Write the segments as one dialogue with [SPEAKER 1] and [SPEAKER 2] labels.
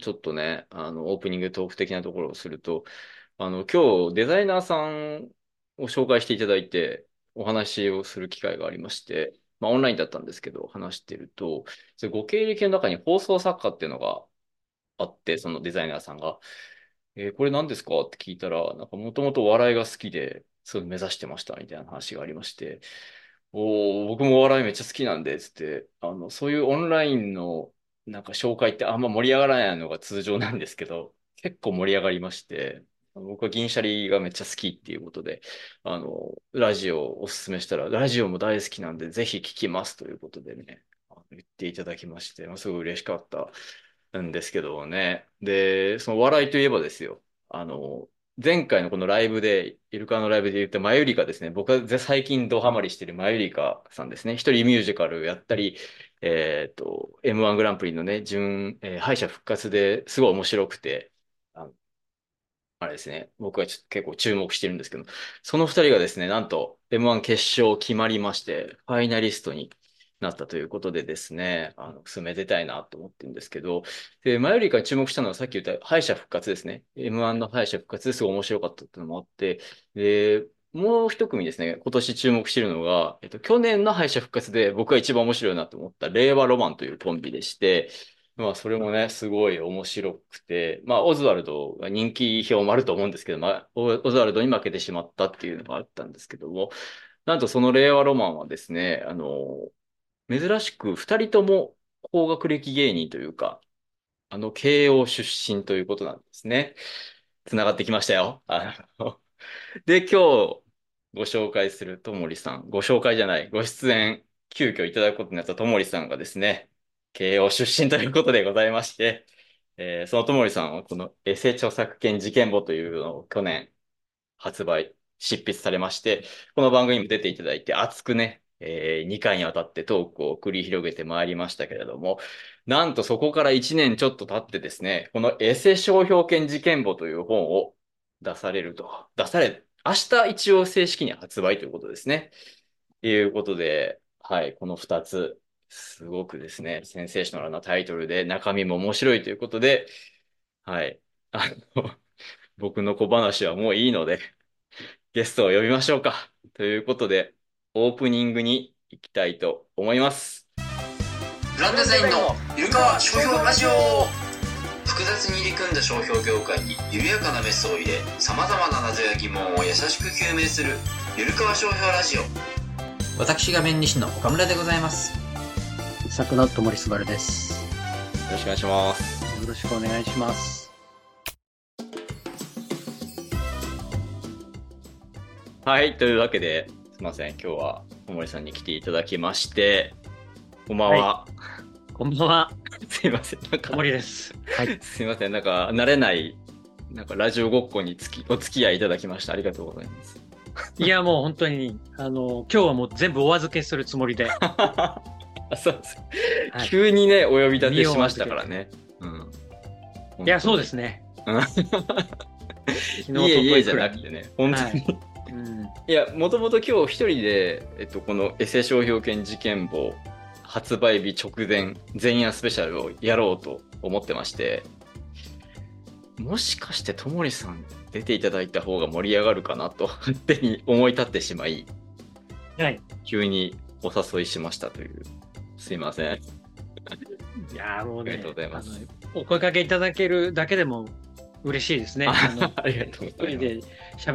[SPEAKER 1] ちょっとね、あの、オープニングトーク的なところをすると、あの、今日デザイナーさんを紹介していただいて、お話をする機会がありまして、まあ、オンラインだったんですけど、話してると、それご経歴の中に放送作家っていうのがあって、そのデザイナーさんが、えーこれ何ですかって聞いたら、なんかもともとお笑いが好きで、そういうの目指してましたみたいな話がありまして、おー、僕もお笑いめっちゃ好きなんで、つって、あの、そういうオンラインのなんか紹介ってあんま盛り上がらないのが通常なんですけど、結構盛り上がりまして、僕は銀シャリがめっちゃ好きっていうことで、あの、ラジオをおすすめしたら、ラジオも大好きなんで、ぜひ聞きますということでね、あの言っていただきまして、まあ、すごい嬉しかったんですけどね。で、その笑いといえばですよ、あの、前回のこのライブで、イルカのライブで言ったマユリカですね。僕は最近ドハマりしてるマユリカさんですね。一人ミュージカルやったり、えっと、M1 グランプリのね、準、えー敗者復活ですごい面白くて、あのあれですね、僕はちょっと結構注目してるんですけど、その二人がですね、なんと M1 決勝決まりまして、ファイナリストになったということでですね、あの、進めてたいなと思ってるんですけど、で、前よりか注目したのはさっき言った敗者復活ですね。M1 の敗者復活ですごい面白かったっていうのもあって、で、もう一組ですね、今年注目してるのが、えっと、去年の敗者復活で僕が一番面白いなと思った令和ロマンというコンビでして、まあ、それもね、すごい面白くて、まあ、オズワルドが人気票もあると思うんですけど、まあ、オオズワルドに負けてしまったっていうのがあったんですけども、なんとその令和ロマンはですね、あの、珍しく二人とも高学歴芸人というか、あの、慶応出身ということなんですね。つながってきましたよ。あので、今日ご紹介するともりさん、ご紹介じゃない、ご出演、急遽いただくことになったともりさんがですね、慶応出身ということでございまして、えーそのともりさんはこのエセ著作権事件簿というのを去年発売、執筆されまして、この番組にも出ていただいて、熱くね、え2回にわたってトークを繰り広げてまいりましたけれども、なんとそこから1年ちょっと経ってですね、このエセ商標権事件簿という本を出されると。出され、明日一応正式に発売ということですね。ということで、はい、この2つ、すごくですね、センセーショナルなタイトルで、中身も面白いということで、はい、あの、 僕の小話はもういいので、ゲストを呼びましょうか。ということで、オープニングに行きたいと思います。
[SPEAKER 2] グランデザインのゆるかわ商標ラジオ複雑に入り組んだ商標業界に緩やかなメスを入れさまざまな謎や疑問を優しく究明するゆるかわ商標ラジオ私が面理士の岡村でございます
[SPEAKER 3] 作のともりすばるです。
[SPEAKER 1] よろしくお願いします。
[SPEAKER 3] よろしくお願いします。
[SPEAKER 1] はい、というわけで、すみません、今日は小森さんに来ていただきまして、こんばんは。
[SPEAKER 4] こんばんは、
[SPEAKER 1] すいません、なんか
[SPEAKER 4] 森です。
[SPEAKER 3] はい。
[SPEAKER 1] すいません、なんか、慣れない、なんか、ラジオごっこにつき、お付き合いいただきましたありがとうございます。
[SPEAKER 4] いや、もう本当に、あの、今日はもう全部お預けするつも りで。
[SPEAKER 1] あそうです。
[SPEAKER 4] はい
[SPEAKER 1] 急にね、お呼び立てしましたからね。うん。。
[SPEAKER 4] いや、そうですすね。
[SPEAKER 1] い
[SPEAKER 4] 昨
[SPEAKER 1] えいえじゃ
[SPEAKER 4] ら
[SPEAKER 1] ないくてね、本当に。い、
[SPEAKER 4] はいうん。
[SPEAKER 1] や、もともと今日一人で、えっと、このエセ商標権事件簿発売日直前、前夜スペシャルをやろうと思ってまして、もしかしてともりさん出ていただいた方が盛り上がるかなと勝手に思い立ってしまい、
[SPEAKER 4] はい。
[SPEAKER 1] 急にお誘いしましたという。すいません。
[SPEAKER 4] いや、もうね、
[SPEAKER 1] ありがとうございます
[SPEAKER 4] あのお声かけいただけるだけでも嬉しいですね。あの
[SPEAKER 1] ありがとうございま
[SPEAKER 4] 一人
[SPEAKER 1] す。
[SPEAKER 4] で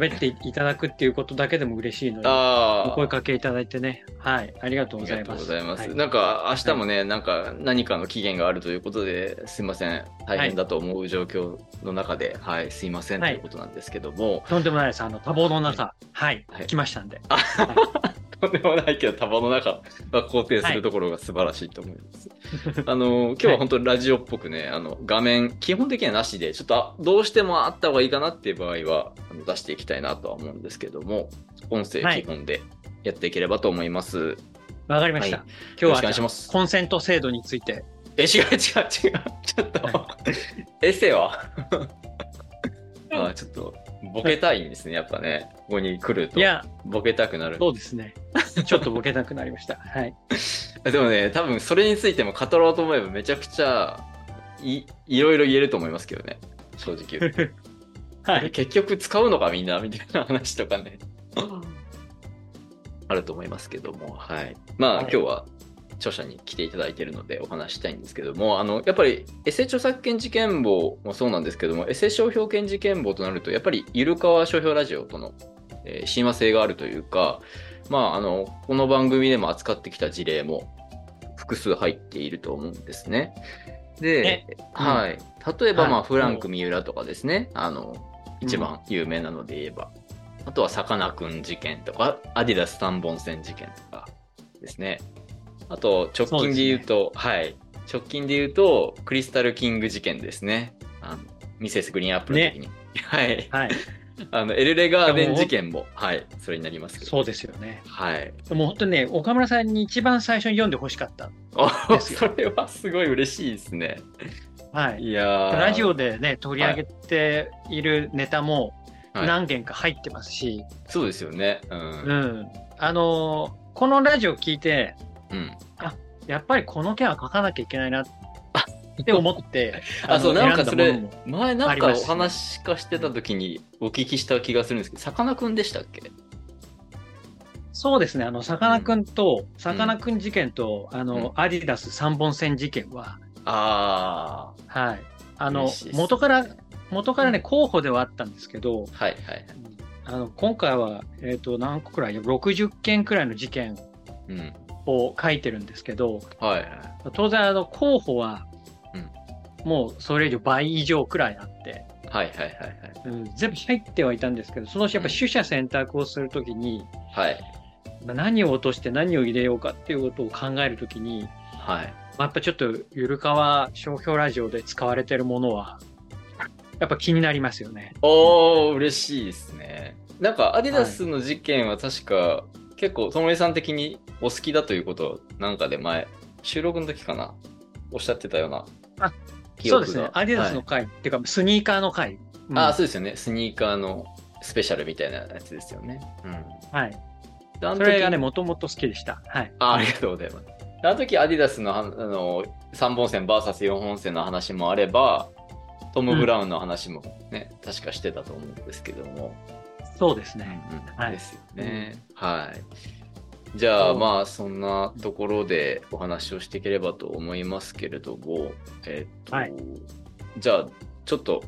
[SPEAKER 4] 喋っていただくっていうことだけでも嬉しいので、お
[SPEAKER 1] あ
[SPEAKER 4] 声かけいただいてね。はい。ありがとう
[SPEAKER 1] あ
[SPEAKER 4] ご
[SPEAKER 1] り
[SPEAKER 4] ざ
[SPEAKER 1] が
[SPEAKER 4] い
[SPEAKER 1] と
[SPEAKER 4] ま
[SPEAKER 1] うご
[SPEAKER 4] す。
[SPEAKER 1] ざいます。
[SPEAKER 4] はい
[SPEAKER 1] なんか明日もね、なんか何かの期限があるということで、すいません、大変だと思う状況の中で、はい、すいませんと
[SPEAKER 4] は
[SPEAKER 1] い
[SPEAKER 4] い
[SPEAKER 1] うことなんですけども、
[SPEAKER 4] とんでもないです。あの、多忙の中、はい、
[SPEAKER 1] はい
[SPEAKER 4] 来ましたんで。
[SPEAKER 1] とんでもないけど、束の中は肯定するところが素晴らしいと思い ます。あの、今日は本当にラジオっぽくね、あの、画面、基本的にはなしで、ちょっとあどうしてもあった方がいいかなっていう場合は、あの出していきたいなとは思うんですけども、音声基本でやっていければと思います。
[SPEAKER 4] わかりました。
[SPEAKER 1] はいよろし
[SPEAKER 4] 今
[SPEAKER 1] くお願い
[SPEAKER 4] 日
[SPEAKER 1] し
[SPEAKER 4] は、
[SPEAKER 1] ます
[SPEAKER 4] コンセント制度について。
[SPEAKER 1] え、違う違う違う。ちょっと、
[SPEAKER 4] は
[SPEAKER 1] エセはあちょっと、ボケたいんですね、やっぱね。ここに来ると
[SPEAKER 4] い。や、
[SPEAKER 1] ボケたくなる。
[SPEAKER 4] そうです ね。ちょっとボケたくなりました。はい。
[SPEAKER 1] でもね、多分それについても語ろうと思えばめちゃくちゃい、いろいろ言えると思いますけどね。正直言うと。
[SPEAKER 4] はい。
[SPEAKER 1] 結局使うのかみんなみたいな話とかね。あると思いますけども。はい。まあ、
[SPEAKER 4] はい
[SPEAKER 1] 今日は著者に来ていただいているのでお話ししたいんですけども、あの、やっぱりエセ著作権事件簿もそうなんですけども、エセ商標権事件簿となると、やっぱりゆるかわ商標ラジオとの、えー親和性があるというか、まあ、あの、この番組でも扱ってきた事例も複数入っていると思うんですね。で、
[SPEAKER 4] ね
[SPEAKER 1] はい。例えば、
[SPEAKER 4] はい
[SPEAKER 1] まあ、フランク三浦とかですね、あの、一番有名なので言えば、あとはさかなクン事件とか、アディダス三本線事件とかですね。あと、直近で言うと、はい。直近で言うと、クリスタルキング事件ですね。あのミセスグリーンアップルの時に。 はい。
[SPEAKER 4] はい。
[SPEAKER 1] あの、エルレガーデン事件も、はい。それになりますけど。
[SPEAKER 4] そうですよね。
[SPEAKER 1] はい。
[SPEAKER 4] もう本当にね、岡村さんに一番最初に読んでほしかった。
[SPEAKER 1] あ
[SPEAKER 4] ですよ
[SPEAKER 1] それはすごい嬉しいですね。
[SPEAKER 4] はい。
[SPEAKER 1] いやー
[SPEAKER 4] ラジオでね、取り上げているネタも
[SPEAKER 1] はい
[SPEAKER 4] 何件か入ってますし、
[SPEAKER 1] そうですよね。うん。
[SPEAKER 4] うん。あのーこのラジオ聞いて、
[SPEAKER 1] うん
[SPEAKER 4] やっぱりこの件は書かなきゃいけないなって思って、
[SPEAKER 1] あ、そう、
[SPEAKER 4] の
[SPEAKER 1] なんかそ
[SPEAKER 4] 選
[SPEAKER 1] れ
[SPEAKER 4] んだものも、
[SPEAKER 1] 前な
[SPEAKER 4] あ
[SPEAKER 1] ん
[SPEAKER 4] り
[SPEAKER 1] か
[SPEAKER 4] ま
[SPEAKER 1] お
[SPEAKER 4] すね
[SPEAKER 1] 話化してた時にお聞きした気がするんですけど、さかなクンでしたっけ
[SPEAKER 4] そうですね、あの、さかなクンと、さかなクン事件と、あの、アディダス三本線事件は、
[SPEAKER 1] あ
[SPEAKER 4] はい。あ
[SPEAKER 1] 嬉
[SPEAKER 4] の
[SPEAKER 1] しいっ、すね
[SPEAKER 4] 元から、元から
[SPEAKER 1] う
[SPEAKER 4] ね、
[SPEAKER 1] ん
[SPEAKER 4] 候補ではあったんですけど、
[SPEAKER 1] あ、はいはい。
[SPEAKER 4] あの今回は、えっと何個くらい ?60 件くらいの事件
[SPEAKER 1] うん。
[SPEAKER 4] を書いてるんですけど
[SPEAKER 1] はいはい。
[SPEAKER 4] 当然あの候補は
[SPEAKER 1] うん
[SPEAKER 4] もうそれ以上倍以上くらいあって、
[SPEAKER 1] はいはいはい
[SPEAKER 4] うん、全部入ってはいたんですけどそのうちやっぱ取捨選択をするときに、
[SPEAKER 1] はい。はい。
[SPEAKER 4] まあ何を落として何を入れようかっていうことを考えるときに、
[SPEAKER 1] はい。
[SPEAKER 4] まあ、やっぱちょっとゆるかわ商標ラジオで使われてるものはやっぱ気になりますよね。
[SPEAKER 1] おー、嬉しいですね。なんか、アディダスの事件は確か、結構、ともえさん的にお好きだということ、なんかで前、収録の時かな、おっしゃってたような
[SPEAKER 4] あ
[SPEAKER 1] 記
[SPEAKER 4] そう
[SPEAKER 1] 憶が。
[SPEAKER 4] ですね。アディダスの
[SPEAKER 1] はい
[SPEAKER 4] 回、っていうかスニーカーの回。うん
[SPEAKER 1] あ、そうですよね。スニーカーのスペシャルみたいなやつですよね。うん。
[SPEAKER 4] はい。
[SPEAKER 1] であの
[SPEAKER 4] そ
[SPEAKER 1] 時
[SPEAKER 4] れがね、もともと好きでした。はい。
[SPEAKER 1] あありがとうございます。あの時、アディダスのはあの3本線 VS4 本線の話もあれば、トム・ブラウンの話もね、確かしてたと思うんですけども。
[SPEAKER 4] そうです
[SPEAKER 1] うん
[SPEAKER 4] ね。
[SPEAKER 1] うん
[SPEAKER 4] はい
[SPEAKER 1] ですよね。はい。じゃあ、
[SPEAKER 4] そう
[SPEAKER 1] まあ、そんなところでお話をしていければと思いますけれども、えっと、
[SPEAKER 4] はい
[SPEAKER 1] じゃあ、ちょっと、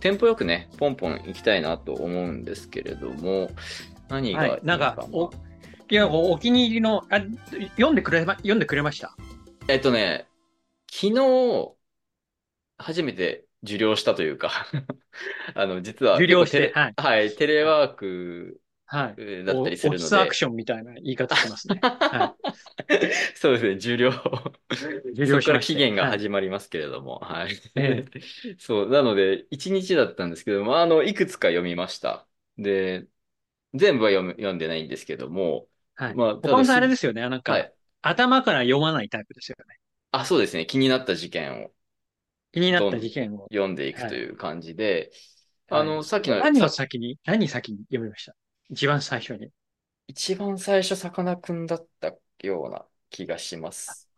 [SPEAKER 1] テンポよくね、ポンポンいきたいなと思うんですけれども、何がいい
[SPEAKER 4] はい。なんか
[SPEAKER 1] か、
[SPEAKER 4] お、いや、おお気に入りの、あ、読んでくれま、読んでくれました。
[SPEAKER 1] えっとね、昨日、初めて受領したというかあの、実は
[SPEAKER 4] 受領して
[SPEAKER 1] 結構テレはい、テレワーク
[SPEAKER 4] はい。
[SPEAKER 1] だった
[SPEAKER 4] お
[SPEAKER 1] りする
[SPEAKER 4] オ
[SPEAKER 1] の
[SPEAKER 4] フィ
[SPEAKER 1] で、
[SPEAKER 4] スアクションみたいな言い方しま すね。は
[SPEAKER 1] そうですね、受領。
[SPEAKER 4] 受領
[SPEAKER 1] そ
[SPEAKER 4] し
[SPEAKER 1] こから
[SPEAKER 4] まして
[SPEAKER 1] 期限が
[SPEAKER 4] はい
[SPEAKER 1] 始まりますけれども、はい。
[SPEAKER 4] え
[SPEAKER 1] そう、なので、1日だったんですけども、あの、いくつか読みました。で、全部は読む読んでないんですけども、
[SPEAKER 4] はい。
[SPEAKER 1] まあただ
[SPEAKER 4] 岡本さんあれですよね。なんか、
[SPEAKER 1] はい。
[SPEAKER 4] 頭から読まないタイプですよね。
[SPEAKER 1] あ、そうですね、気になった事件を
[SPEAKER 4] 気になった事件を。
[SPEAKER 1] 読んでいくという感じで、
[SPEAKER 4] はい
[SPEAKER 1] あの、さっきの、
[SPEAKER 4] 何
[SPEAKER 1] さ
[SPEAKER 4] を先に、何先に読みました一番最初に。
[SPEAKER 1] 一番最初、さかなクンだったような気がします。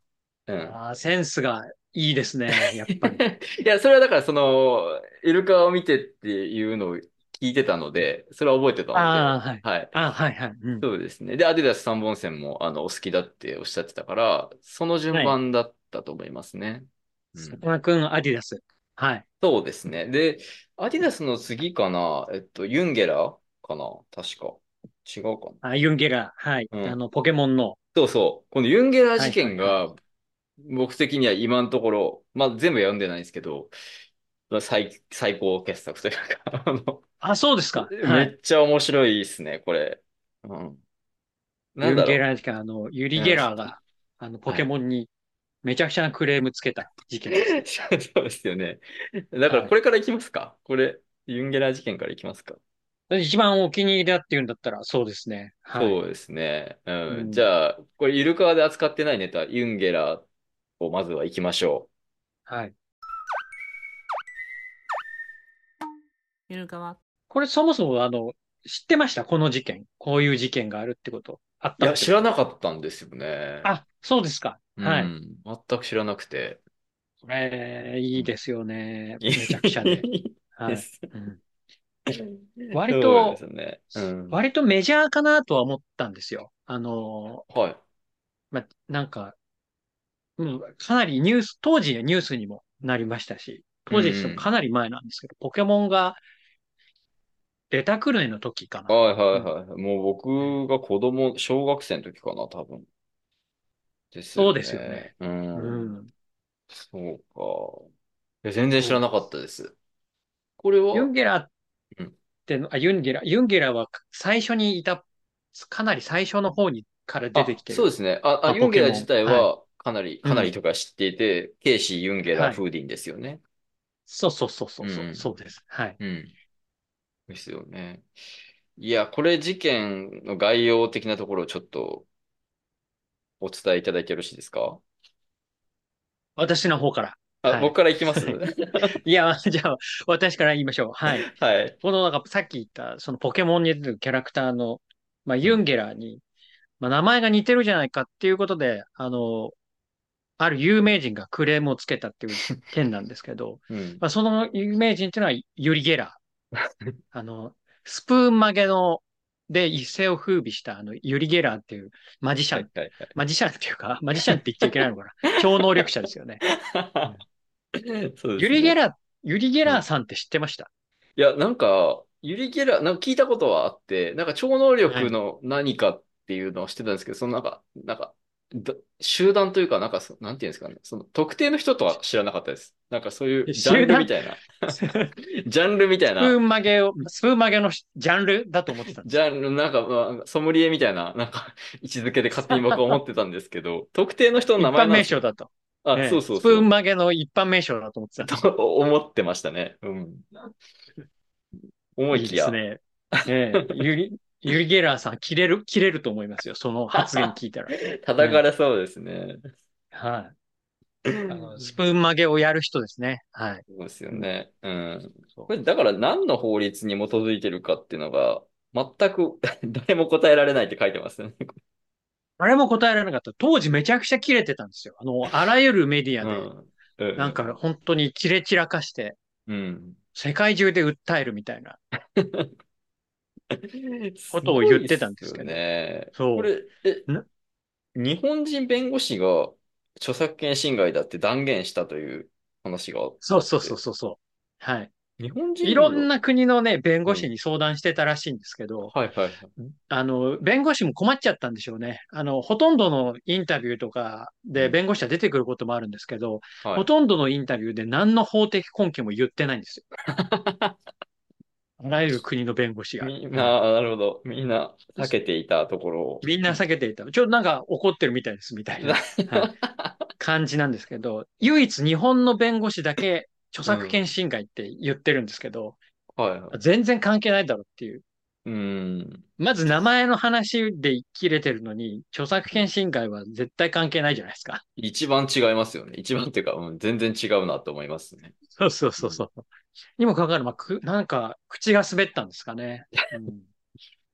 [SPEAKER 1] うん。
[SPEAKER 4] ああ、センスがいいですね。やっぱり。
[SPEAKER 1] いや、 それはだから、その、イルカを見てっていうのを聞いてたので、それは覚えてた
[SPEAKER 4] あ
[SPEAKER 1] の
[SPEAKER 4] あ、はい。
[SPEAKER 1] で、はい。
[SPEAKER 4] ああ、はい、はい。うん。
[SPEAKER 1] そうですね。で、アディダス三本線も、あの、お好きだっておっしゃってたから、その順番だったと思いますね。うん
[SPEAKER 4] さかなクン、アディダス。はい。
[SPEAKER 1] そうですね。で、アディダスの次かな、えっと、ユンゲラーかな、確か。違うかな。
[SPEAKER 4] あユンゲラー。はい。
[SPEAKER 1] うん
[SPEAKER 4] あの、ポケモンの。
[SPEAKER 1] そうそう。このユンゲラー事件
[SPEAKER 4] はい
[SPEAKER 1] が、僕的には今のところ、まあ全部読んでないんですけど、まあ最、最高傑作というか、 あの、
[SPEAKER 4] あ、そうですか。は
[SPEAKER 1] め
[SPEAKER 4] い。
[SPEAKER 1] っちゃ面白いですね、これ。うん。な
[SPEAKER 4] ユ
[SPEAKER 1] んだろ
[SPEAKER 4] ンゲ
[SPEAKER 1] う。
[SPEAKER 4] ラー事件、あの、ユリゲラーが、あの、ポケモンにめちゃくちゃなクレームつけた事件。
[SPEAKER 1] そうですよね。だから
[SPEAKER 4] はい
[SPEAKER 1] これからいきますか。これ、ユンゲラー事件からいきますか。
[SPEAKER 4] 一番お気に入りだって言うんだったら、そうですね。はい。
[SPEAKER 1] そうですね。うん。
[SPEAKER 4] うん
[SPEAKER 1] じゃあ、これ、イルカワで扱ってないネタ、ユンゲラーをまずは行きましょ
[SPEAKER 4] はい。
[SPEAKER 5] ゆるかわ。
[SPEAKER 4] これそもそも、あの、知ってましたこの事件。こういう事件があるってこと。あっ
[SPEAKER 1] う。い
[SPEAKER 4] た
[SPEAKER 1] や、
[SPEAKER 4] って
[SPEAKER 1] 知らなかったんですよね。
[SPEAKER 4] あ、そうですか。はい
[SPEAKER 1] うん、全く知らなくて。
[SPEAKER 4] えー、いいですよね。めちゃくち ゃね。はい
[SPEAKER 1] です
[SPEAKER 4] うん
[SPEAKER 1] そ
[SPEAKER 4] 割
[SPEAKER 1] う
[SPEAKER 4] と
[SPEAKER 1] です、ね。うん。
[SPEAKER 4] 割とメジャーかなとは思ったんですよ。あの
[SPEAKER 1] はい。
[SPEAKER 4] まあ、なんか、うん、かなりニュース、当時のニュースにもなりましたし、当時
[SPEAKER 1] うん
[SPEAKER 4] かなり前なんですけど、ポケモンが出たくるいの時かな。
[SPEAKER 1] はいはいはい。もう僕が子供、小学生の時かな、多分。です
[SPEAKER 4] そうですよね。
[SPEAKER 1] う。
[SPEAKER 4] うんん。
[SPEAKER 1] そうか。いや全然知らなかったです。これは、
[SPEAKER 4] ユンゲラっ
[SPEAKER 1] うん
[SPEAKER 4] ての、あ、ユンゲラ、ユンゲラは最初にいた、かなり最初の方にから出てき
[SPEAKER 1] あ
[SPEAKER 4] てる。
[SPEAKER 1] そうですね。あ、あ
[SPEAKER 4] あ
[SPEAKER 1] ユンゲラ
[SPEAKER 4] ポケモン
[SPEAKER 1] 自体は、かなり、かなりとか知っていて、ケイシー・ユンゲラ・
[SPEAKER 4] はい
[SPEAKER 1] フーディンですよね。
[SPEAKER 4] そうそうそうそうそう、
[SPEAKER 1] うん
[SPEAKER 4] そうです。はい。
[SPEAKER 1] うん。ですよね。いや、これ事件の概要的なところをちょっとお伝えいただいてよろしいですか
[SPEAKER 4] 私の方から。
[SPEAKER 1] あ、
[SPEAKER 4] はい
[SPEAKER 1] 僕からいきます
[SPEAKER 4] はいいや、じゃあ、私から言いましょう。はい。
[SPEAKER 1] はい。
[SPEAKER 4] このなんかさっき言った、そのポケモンに出てるキャラクターの、まあ、ユンゲラーに、まあ、名前が似てるじゃないかっていうことで、あの、ある有名人がクレームをつけたっ ていう件なんですけど、
[SPEAKER 1] うん。
[SPEAKER 4] まあ、その有名人っていうのはユリゲ ラー。あの、スプーン曲げの、で一世を風靡したあのユリゲラーっていうマジシ
[SPEAKER 1] は
[SPEAKER 4] ャ
[SPEAKER 1] い
[SPEAKER 4] ン、
[SPEAKER 1] はいはい。
[SPEAKER 4] マジシャンっていうか、マジシャンって言っちゃいけないのか な。超能力者ですよね。
[SPEAKER 1] そうです
[SPEAKER 4] ユリ
[SPEAKER 1] ね。
[SPEAKER 4] ゲラー、ユリゲラーさんって知ってました
[SPEAKER 1] いや、なんか、ユリゲラ、なんか聞いたことはあって、なんか超能力の何かっていうのを知ってたんですけど、そのなんか、なんか、だ集団というか、なんかそ、なんていうんですかね、その特定の人とは知らなかったです。なんかそういうジャンルみたいな、 ジャンルみたい
[SPEAKER 4] スプ
[SPEAKER 1] な、
[SPEAKER 4] ーン曲げを、スプーン曲げのジャンルだと思ってたんです。
[SPEAKER 1] ジャンル、なんか、まあソムリエみたいな、なんか、 位置づけで勝手に僕は思ってたんですけど、 特定の人の名
[SPEAKER 4] 一
[SPEAKER 1] 前
[SPEAKER 4] 般
[SPEAKER 1] なん
[SPEAKER 4] 名
[SPEAKER 1] ですよ
[SPEAKER 4] 称だと。
[SPEAKER 1] あ、
[SPEAKER 4] ええ
[SPEAKER 1] そうそう
[SPEAKER 4] スプー
[SPEAKER 1] そ
[SPEAKER 4] ン
[SPEAKER 1] う。
[SPEAKER 4] 曲げの一般名称だと思ってた。
[SPEAKER 1] と思ってましたね。うん。思い
[SPEAKER 4] いい
[SPEAKER 1] き
[SPEAKER 4] で
[SPEAKER 1] や
[SPEAKER 4] す。ね。ええ、ユリ、ユリゲラーさん、切れる、切れると思いますよ。その発言聞いたら。
[SPEAKER 1] 叩かれそうですね。
[SPEAKER 4] はい。あの、ス
[SPEAKER 1] そ
[SPEAKER 4] プーン曲げをやる人ですね。はい。
[SPEAKER 1] うですよね。うん。
[SPEAKER 4] そう
[SPEAKER 1] これ、だから何の法律に基づいてるかっていうのが、全く 誰も答えられないって書いてますよね。
[SPEAKER 4] 誰も答えられなかった。当時めちゃくちゃ切れてたんですよ。あの、あらゆるメディ
[SPEAKER 1] う
[SPEAKER 4] ア
[SPEAKER 1] ん。う
[SPEAKER 4] で、なん、か本当に切れ散らかして、
[SPEAKER 1] うん。
[SPEAKER 4] 世界中で訴えるみたいな。
[SPEAKER 1] こと
[SPEAKER 4] を言ってたんですけど
[SPEAKER 1] ね。
[SPEAKER 4] そう
[SPEAKER 1] これ、え
[SPEAKER 4] な、
[SPEAKER 1] 日本人弁護士が著作権侵害だって断言したという話があって
[SPEAKER 4] そうそうそうそうそう。はい。
[SPEAKER 1] 日本人の
[SPEAKER 4] いろん。な国のね、弁護士に相談してたらしいんですけど、
[SPEAKER 1] はいはいはい。
[SPEAKER 4] あの、弁護士も困っちゃったんでしょうね。あの、ほとんどのインタビューとかで弁護士は出てくることもあるんですけど、
[SPEAKER 1] はい
[SPEAKER 4] ほとんどのインタビューで何の法的根拠も言ってないんですよ。あらゆる国の弁護士が。
[SPEAKER 1] みんな、なるほど。みんな避けていたところを。
[SPEAKER 4] みんな避けていた。ちょっとなんか怒ってるみたいです、みた いなはい感じなんですけど、唯一日本の弁護士だけ著作権侵害って言ってるんですけど、
[SPEAKER 1] はいはい。
[SPEAKER 4] 全然関係ないだろうっていう。
[SPEAKER 1] うん。
[SPEAKER 4] まず名前の話で切れてるのに、著作権侵害は絶対関係ないじゃないですか。
[SPEAKER 1] 一番違いますよね。一番っていうか、うん、全然違うなと思いますね。
[SPEAKER 4] そうそうそうそう。にもかかわらず、まあく、なんか、口が滑ったんですかね。うん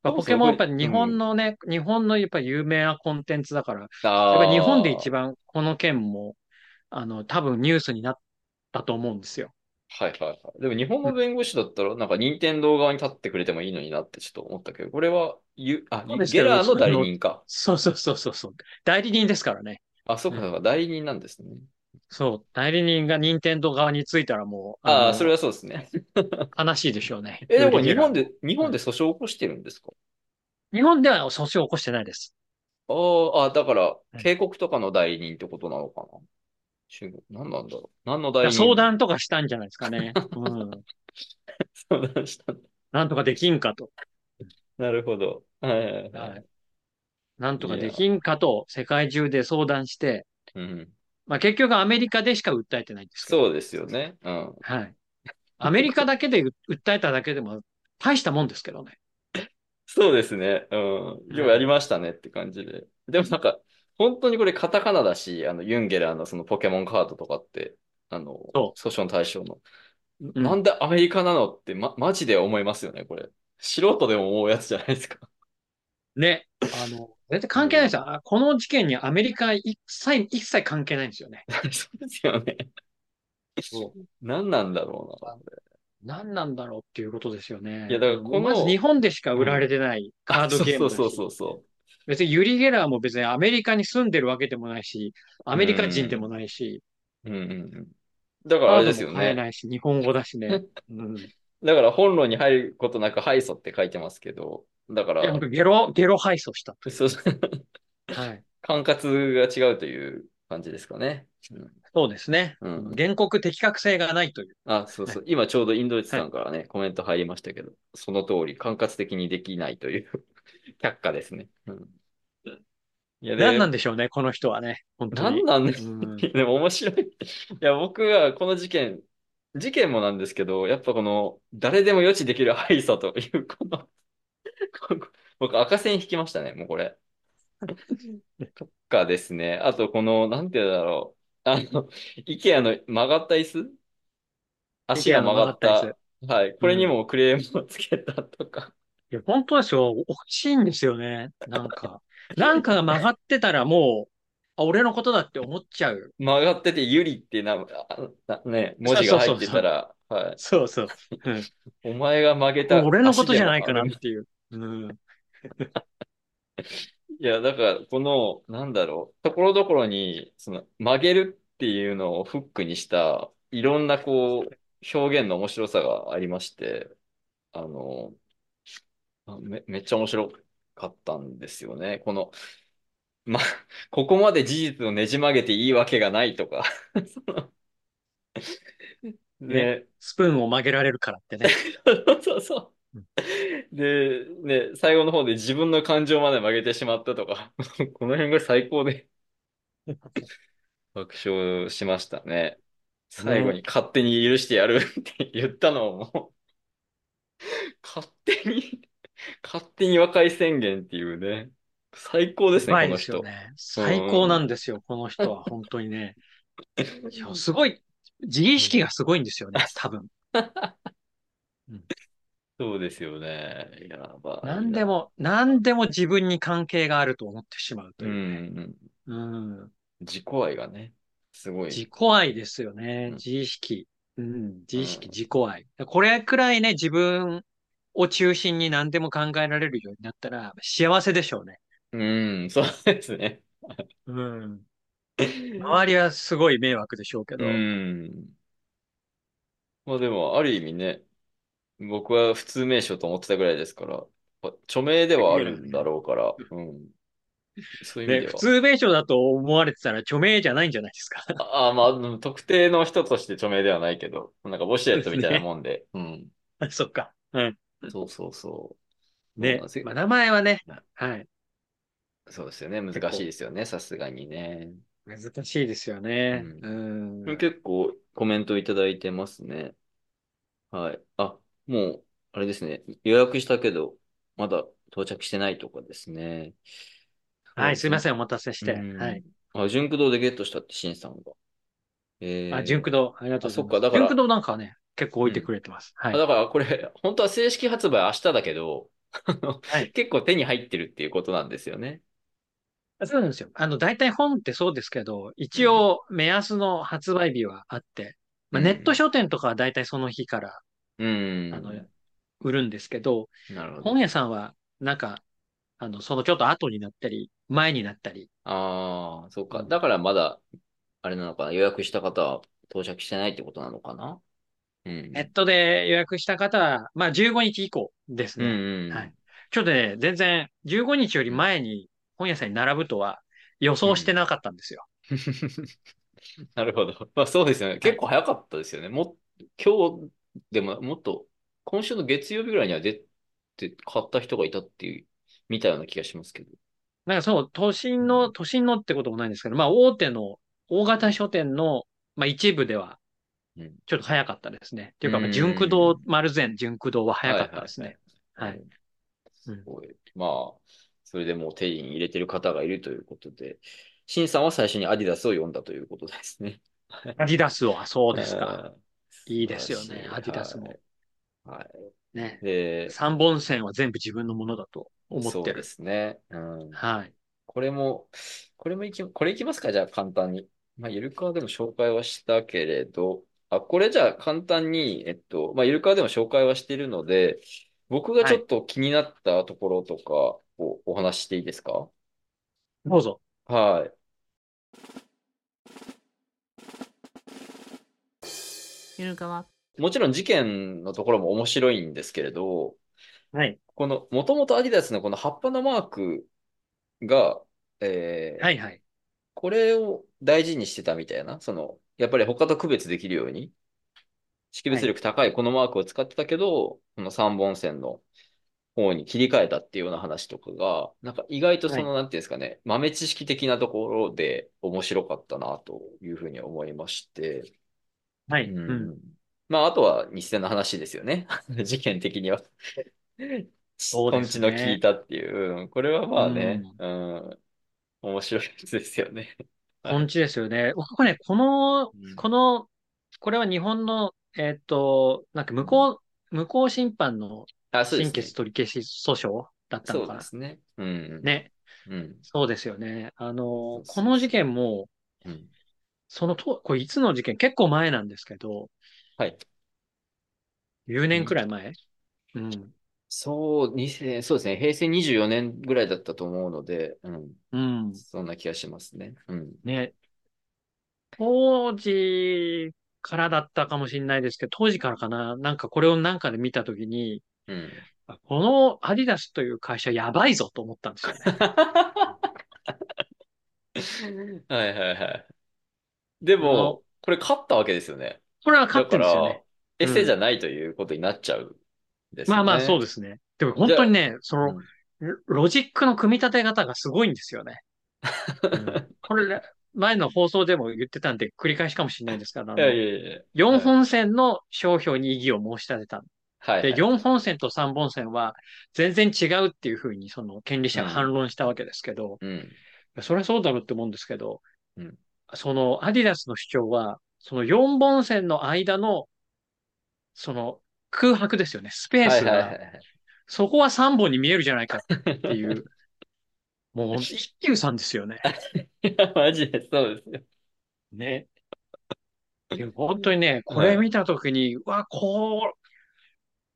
[SPEAKER 4] まあ、
[SPEAKER 1] そうそう
[SPEAKER 4] ポケモンはやっ
[SPEAKER 1] こ
[SPEAKER 4] ぱ
[SPEAKER 1] れ
[SPEAKER 4] り日本のね、日本のやっぱり有名なコンテンツだから、や
[SPEAKER 1] あ
[SPEAKER 4] っ
[SPEAKER 1] ー
[SPEAKER 4] ぱり日本で一番この件も、あの、多分ニュースになったと思うんですよ。
[SPEAKER 1] はいはいはい。でも日本の弁護士だったら、なんか任天堂側に立ってくれてもいいのになってちょっと思ったけど、これは、ゆ、あ、
[SPEAKER 4] そうですけ
[SPEAKER 1] ゲ
[SPEAKER 4] ど
[SPEAKER 1] ラーの代理人か。
[SPEAKER 4] そうそうそうそうそう。代理人ですからね。
[SPEAKER 1] あ、そうかそうか、代理人なんですね。
[SPEAKER 4] そう。代理人が任天堂側についたらもう、
[SPEAKER 1] あ
[SPEAKER 4] の
[SPEAKER 1] あ、それはそうです ね。
[SPEAKER 4] 悲しいでしょうね。
[SPEAKER 1] え、でもこ
[SPEAKER 4] よ
[SPEAKER 1] れ日
[SPEAKER 4] りゲラ
[SPEAKER 1] 本で、日本で訴訟を起こしてるんですか
[SPEAKER 4] 日本では訴訟を起こしてないです。
[SPEAKER 1] あーあ、だから、
[SPEAKER 4] い
[SPEAKER 1] 警告とかの代理人ってことなのかな中国、何なんだろう。何の
[SPEAKER 4] だ
[SPEAKER 1] 代理
[SPEAKER 4] から
[SPEAKER 1] 人
[SPEAKER 4] 相談とかしたんじゃないですか ね。うん。
[SPEAKER 1] 相談したんだ
[SPEAKER 4] なんとかできんかと。
[SPEAKER 1] なるほど。はいはいはい
[SPEAKER 4] はいなんとかできんかと世界中で相談して、
[SPEAKER 1] うん。
[SPEAKER 4] まあ結局アメリカでしか訴えてないんですけど。
[SPEAKER 1] そうですよね。うん。
[SPEAKER 4] はい。アメリカだけでう訴えただけでも大したもんですけどね。
[SPEAKER 1] そうですね。うん。ようやりましたねって感じで。でもなんか、本当にこれカタカナだし、あの、ユンゲラーのそのポケモンカードとかって、あの、
[SPEAKER 4] そ
[SPEAKER 1] 訴訟対象の。
[SPEAKER 4] うん
[SPEAKER 1] なんでアメリカなのって、ま、マジで思いますよね、これ。素人でも思うやつじゃないですか。
[SPEAKER 4] ね。あの、全然関係ないですよ。あこの事件にアメリカ一切、一切関係ないんですよね。
[SPEAKER 1] そうですよね。何なんだろうな。
[SPEAKER 4] 何なんだろうっていうことですよね。
[SPEAKER 1] いやだからこの
[SPEAKER 4] まず日本でしか売られてないカードゲームだし
[SPEAKER 1] そうそうそうそう。
[SPEAKER 4] 別にユリ・ゲラーも別にアメリカに住んでるわけでもないし、アメリカ人でもないし、
[SPEAKER 1] うんうんうん。だからあれですよ
[SPEAKER 4] カードも買え
[SPEAKER 1] ね。
[SPEAKER 4] ないし、日本語だしね。 うん、い
[SPEAKER 1] だから本論に入ることなく敗訴って書いてますけど、だから
[SPEAKER 4] や、僕ゲロ、ゲロ敗訴した。
[SPEAKER 1] そう
[SPEAKER 4] はい。
[SPEAKER 1] 管轄が違うという感じですかね。
[SPEAKER 4] そうですね。
[SPEAKER 1] うん。うん
[SPEAKER 4] 原告的確性がないという。
[SPEAKER 1] あ、そうそう。今ちょうどインドイツさんからね、コメント入りましたけど、その通り、管轄的にできないという 却下ですね。うん。いや、で
[SPEAKER 4] 何なんでしょうね、この人はね。本当
[SPEAKER 1] 何
[SPEAKER 4] に。
[SPEAKER 1] なんで
[SPEAKER 4] うん
[SPEAKER 1] でも面白い。いや、僕はこの事件、事件もなんですけど、やっぱこの、誰でも予知できる敗訴という、この、 ここ僕赤線引きましたね、もうこれ。とかですね。あと、この、なんて言うんだろう。あの、イケアの曲がった椅子足が曲がっ
[SPEAKER 4] 意見の曲がったやつ
[SPEAKER 1] た。はい。これにもクレームをつけたとか。
[SPEAKER 4] いや、本当ですよ。おかしいんですよね。な んか。なんかが曲がってたらもう、あ、俺のことだって思っちゃう。
[SPEAKER 1] 曲がってて、ゆりってな、あなね、文字が入ってたら、はい。
[SPEAKER 4] そうそう。うん
[SPEAKER 1] お前が曲げた
[SPEAKER 4] 俺のこ
[SPEAKER 1] 足
[SPEAKER 4] とじ
[SPEAKER 1] で
[SPEAKER 4] ゃ
[SPEAKER 1] も
[SPEAKER 4] な
[SPEAKER 1] あ
[SPEAKER 4] い
[SPEAKER 1] る
[SPEAKER 4] かなっていう。うん。
[SPEAKER 1] いや、だから、この、なんだろう、ところどころに、その、曲げるっていうのをフックにした、いろんな、こう、表現の面白さがありまして、あの、あめ、めっちゃ面白かったんですよね。この、ま、ここまで事実をねじ曲げていいわけがないとか、 その、ね、
[SPEAKER 4] スプーンを曲げられるからってね。
[SPEAKER 1] そうそう。で、ね、最後の方で自分の感情まで曲げてしまったとか、 この辺が最高で爆笑しましたね。最後に勝手に許してやるって言ったのをもう、勝手に、勝手に和解宣言っていうね、最高ですね、
[SPEAKER 4] うま
[SPEAKER 1] こ
[SPEAKER 4] い
[SPEAKER 1] の
[SPEAKER 4] ですよ
[SPEAKER 1] 人。
[SPEAKER 4] ね。最高なんで すよ、この人は。本当にね。いやすごい、自意識がすごいんですよね、多分。
[SPEAKER 1] そうですよね。やばいな。
[SPEAKER 4] 何でも、何でも自分に関係があると思ってしまうと
[SPEAKER 1] うん、う
[SPEAKER 4] いう。
[SPEAKER 1] ん。
[SPEAKER 4] うん。
[SPEAKER 1] 自己愛がね、すごい。
[SPEAKER 4] 自己愛ですよ
[SPEAKER 1] う
[SPEAKER 4] ね
[SPEAKER 1] ん。
[SPEAKER 4] 自意識。うん。自意識、
[SPEAKER 1] うん
[SPEAKER 4] 自己愛。これくらいね、自分を中心に何でも考えられるようになったら幸せでしょうね。
[SPEAKER 1] うん、そうですね。
[SPEAKER 4] うん。周りはすごい迷惑でしょうけど。
[SPEAKER 1] うん。まあでも、ある意味ね、僕は普通名称と思ってたぐらいですから、まあ著名ではあるんだろうから、うん。そういう意味
[SPEAKER 4] ね、
[SPEAKER 1] で
[SPEAKER 4] 普
[SPEAKER 1] は。
[SPEAKER 4] 通名称だと思われてたら著名じゃないんじゃないですか。
[SPEAKER 1] ああ、まあ、うん特定の人として著名ではないけど、なんかウォシュレットみたいなもんで、うん。
[SPEAKER 4] そっか。うん。
[SPEAKER 1] そうそうそう。
[SPEAKER 4] ね
[SPEAKER 1] まあせ。
[SPEAKER 4] まあ、名前はね、はい。
[SPEAKER 1] そうですよね。難しいですよね、さすがにね。
[SPEAKER 4] 難しいですよね。
[SPEAKER 1] う
[SPEAKER 4] うん。
[SPEAKER 1] 結構コメントいただいてますね。はい。あ、もう、あれですね。予約したけど、まだ到着してないとかですね。
[SPEAKER 4] はい、すいませ
[SPEAKER 1] ん。
[SPEAKER 4] ん、お待たせして。
[SPEAKER 1] うん
[SPEAKER 4] はい。。
[SPEAKER 1] あ、純駆動でゲットしたって、シンさんが。えー
[SPEAKER 4] あ、純駆動、ありがとうござい
[SPEAKER 1] あ
[SPEAKER 4] ます。
[SPEAKER 1] そっかだから
[SPEAKER 4] 純駆動なんかはね、結構置いてくれてます。
[SPEAKER 1] あ
[SPEAKER 4] はい。
[SPEAKER 1] だからこれ、本当は正式発売明日だけど、
[SPEAKER 4] は い
[SPEAKER 1] 結構手に入ってるっていうことなんですよね。
[SPEAKER 4] そうなんですよ。あの、大体本ってそうですけど、一応目安の発売日はあって、まあ、
[SPEAKER 1] うん
[SPEAKER 4] ネット書店とかは大体その日から、
[SPEAKER 1] うん。
[SPEAKER 4] あの、売るんですけど、
[SPEAKER 1] なるほど。
[SPEAKER 4] 本屋さんは、なんか、あの、そのちょっと後になったり、前になったり、
[SPEAKER 1] ああ、そうか。
[SPEAKER 4] うん
[SPEAKER 1] だからまだ、あれなのかな、予約した方は到着してないってことなのかな。うん。
[SPEAKER 4] ネットで予約した方は、まあ15日以降です
[SPEAKER 1] うん
[SPEAKER 4] ね。
[SPEAKER 1] うん。
[SPEAKER 4] はい。ちょっとね、全然15日より前に本屋さんに並ぶとは予想してなかったんですよ。
[SPEAKER 1] なるほど。まあそうですよね。結構早かったですよね。もっ、今日でももっと、今週の月曜日ぐらいには出て、買った人がいたっていう、見たような気がしますけど。
[SPEAKER 4] なんかそう、都心の、都心のってこともないんですけど、まあ大手の、大型書店の、まあ一部では
[SPEAKER 1] うん、
[SPEAKER 4] ちょっと早かったですね。っていうか、
[SPEAKER 1] う
[SPEAKER 4] まあ
[SPEAKER 1] ん
[SPEAKER 4] 純駆動、丸善純駆動は早かったですね。はい
[SPEAKER 1] はいはい
[SPEAKER 4] うん
[SPEAKER 1] すごい。まあ、それでもう手に入れてる方がいるということで、シンさんは最初にアディダスを読んだということですね。
[SPEAKER 4] アディダスを、あそうです
[SPEAKER 1] あ
[SPEAKER 4] か。
[SPEAKER 1] ー。
[SPEAKER 4] いいですよね
[SPEAKER 1] 素晴らしい
[SPEAKER 4] アディダスも
[SPEAKER 1] はい。はい
[SPEAKER 4] ね。
[SPEAKER 1] で、
[SPEAKER 4] 三本線は全部自分のものだと思
[SPEAKER 1] そう
[SPEAKER 4] って
[SPEAKER 1] で
[SPEAKER 4] る。
[SPEAKER 1] すね。うん。
[SPEAKER 4] はい。
[SPEAKER 1] これも、これもいき、これいきますかじゃあ簡単に。まあ、ゆるかわでも紹介はしたけれど、あ、これじゃあ簡単に、えっと、まあ、ゆるかわでも紹介はしているので、僕がちょっと気になったところとかをお話ししていいですか
[SPEAKER 4] どうぞ。
[SPEAKER 1] はい。
[SPEAKER 5] ゆるかわ。
[SPEAKER 1] もちろん事件のところも面白いんですけれど、
[SPEAKER 4] はい。
[SPEAKER 1] この、もともとアディダスのこの葉っぱのマークが、えー
[SPEAKER 4] はいはい。
[SPEAKER 1] これを大事にしてたみたいな、その、やっぱり他と区別できるように、識別力高いこのマークを使ってたけど、この3本線の方に切り替えたっていうような話とかが、なんか意外とその、なんていうんですかね、豆知識的なところで面白かったなというふうに思いまして、
[SPEAKER 4] はい。
[SPEAKER 1] う
[SPEAKER 4] うん
[SPEAKER 1] ん。まあ、あとは日戦の話ですよね。 事件的には。
[SPEAKER 4] そうですね
[SPEAKER 1] トンチの効いたっていう。うんこれはまあね、うん、面白いやつですよね。はい
[SPEAKER 4] 本地ですよね。僕はね、こ
[SPEAKER 1] う
[SPEAKER 4] の、
[SPEAKER 1] ん
[SPEAKER 4] この、これは日本の、えーっと、なんか無効、無効審判の
[SPEAKER 1] あ、そうで
[SPEAKER 4] 審
[SPEAKER 1] すね。
[SPEAKER 4] 決取り消し訴訟だったの
[SPEAKER 1] そう
[SPEAKER 4] か
[SPEAKER 1] で
[SPEAKER 4] な。
[SPEAKER 1] すね。うん。
[SPEAKER 4] ね。
[SPEAKER 1] うん。
[SPEAKER 4] そうですよね。あ
[SPEAKER 1] そう
[SPEAKER 4] の、
[SPEAKER 1] そう
[SPEAKER 4] この事件も、
[SPEAKER 1] うん。
[SPEAKER 4] そのと、これいつの事件結構前なんですけど、
[SPEAKER 1] はい。
[SPEAKER 4] 10年くらい前うん。
[SPEAKER 1] そう、2000、そうですね。平成24年ぐらいだったと思うので、うん。
[SPEAKER 4] うん。
[SPEAKER 1] そんな気がしますね。うん。
[SPEAKER 4] ね。当時からだったかもしれないですけど、当時からかな。なんかこれをなんかで見たときに、
[SPEAKER 1] うん。
[SPEAKER 4] あこのアディダスという会社やばいぞと思ったんですよね。
[SPEAKER 1] はいはいはい。でも、これ勝ったわけですよね。
[SPEAKER 4] これは勝ってるんですよ
[SPEAKER 1] だ
[SPEAKER 4] ね
[SPEAKER 1] か。ら、エセじゃないということになっちゃうんです
[SPEAKER 4] まあまあそう
[SPEAKER 1] で
[SPEAKER 4] ですね。でも本当にね、その
[SPEAKER 1] う、
[SPEAKER 4] ロジックの組み立て方がすごいんですよ ね。うんこれ、前の放送でも言ってたんで繰り返しかもしれないですから、
[SPEAKER 1] い
[SPEAKER 4] あの
[SPEAKER 1] やいやいや。
[SPEAKER 4] 4本線の商標に異議を申し立てた。
[SPEAKER 1] はいはい
[SPEAKER 4] で、4本線と3本線は全然違うっていうふうにその権利者が反論したわけですけど、
[SPEAKER 1] うん。
[SPEAKER 4] それはそうだろうって思うんですけど、
[SPEAKER 1] うん
[SPEAKER 4] そのアディダスの主張は、その4本線の間の、その空白ですよね、スペー
[SPEAKER 1] はい
[SPEAKER 4] ス
[SPEAKER 1] はいは
[SPEAKER 4] が、
[SPEAKER 1] い
[SPEAKER 4] そこは3本に見えるじゃないかって いう、もう一級さんですよね。
[SPEAKER 1] い や。マジでそうですよ。
[SPEAKER 4] ね。でも本当にね、これ見たときに、うわ、こ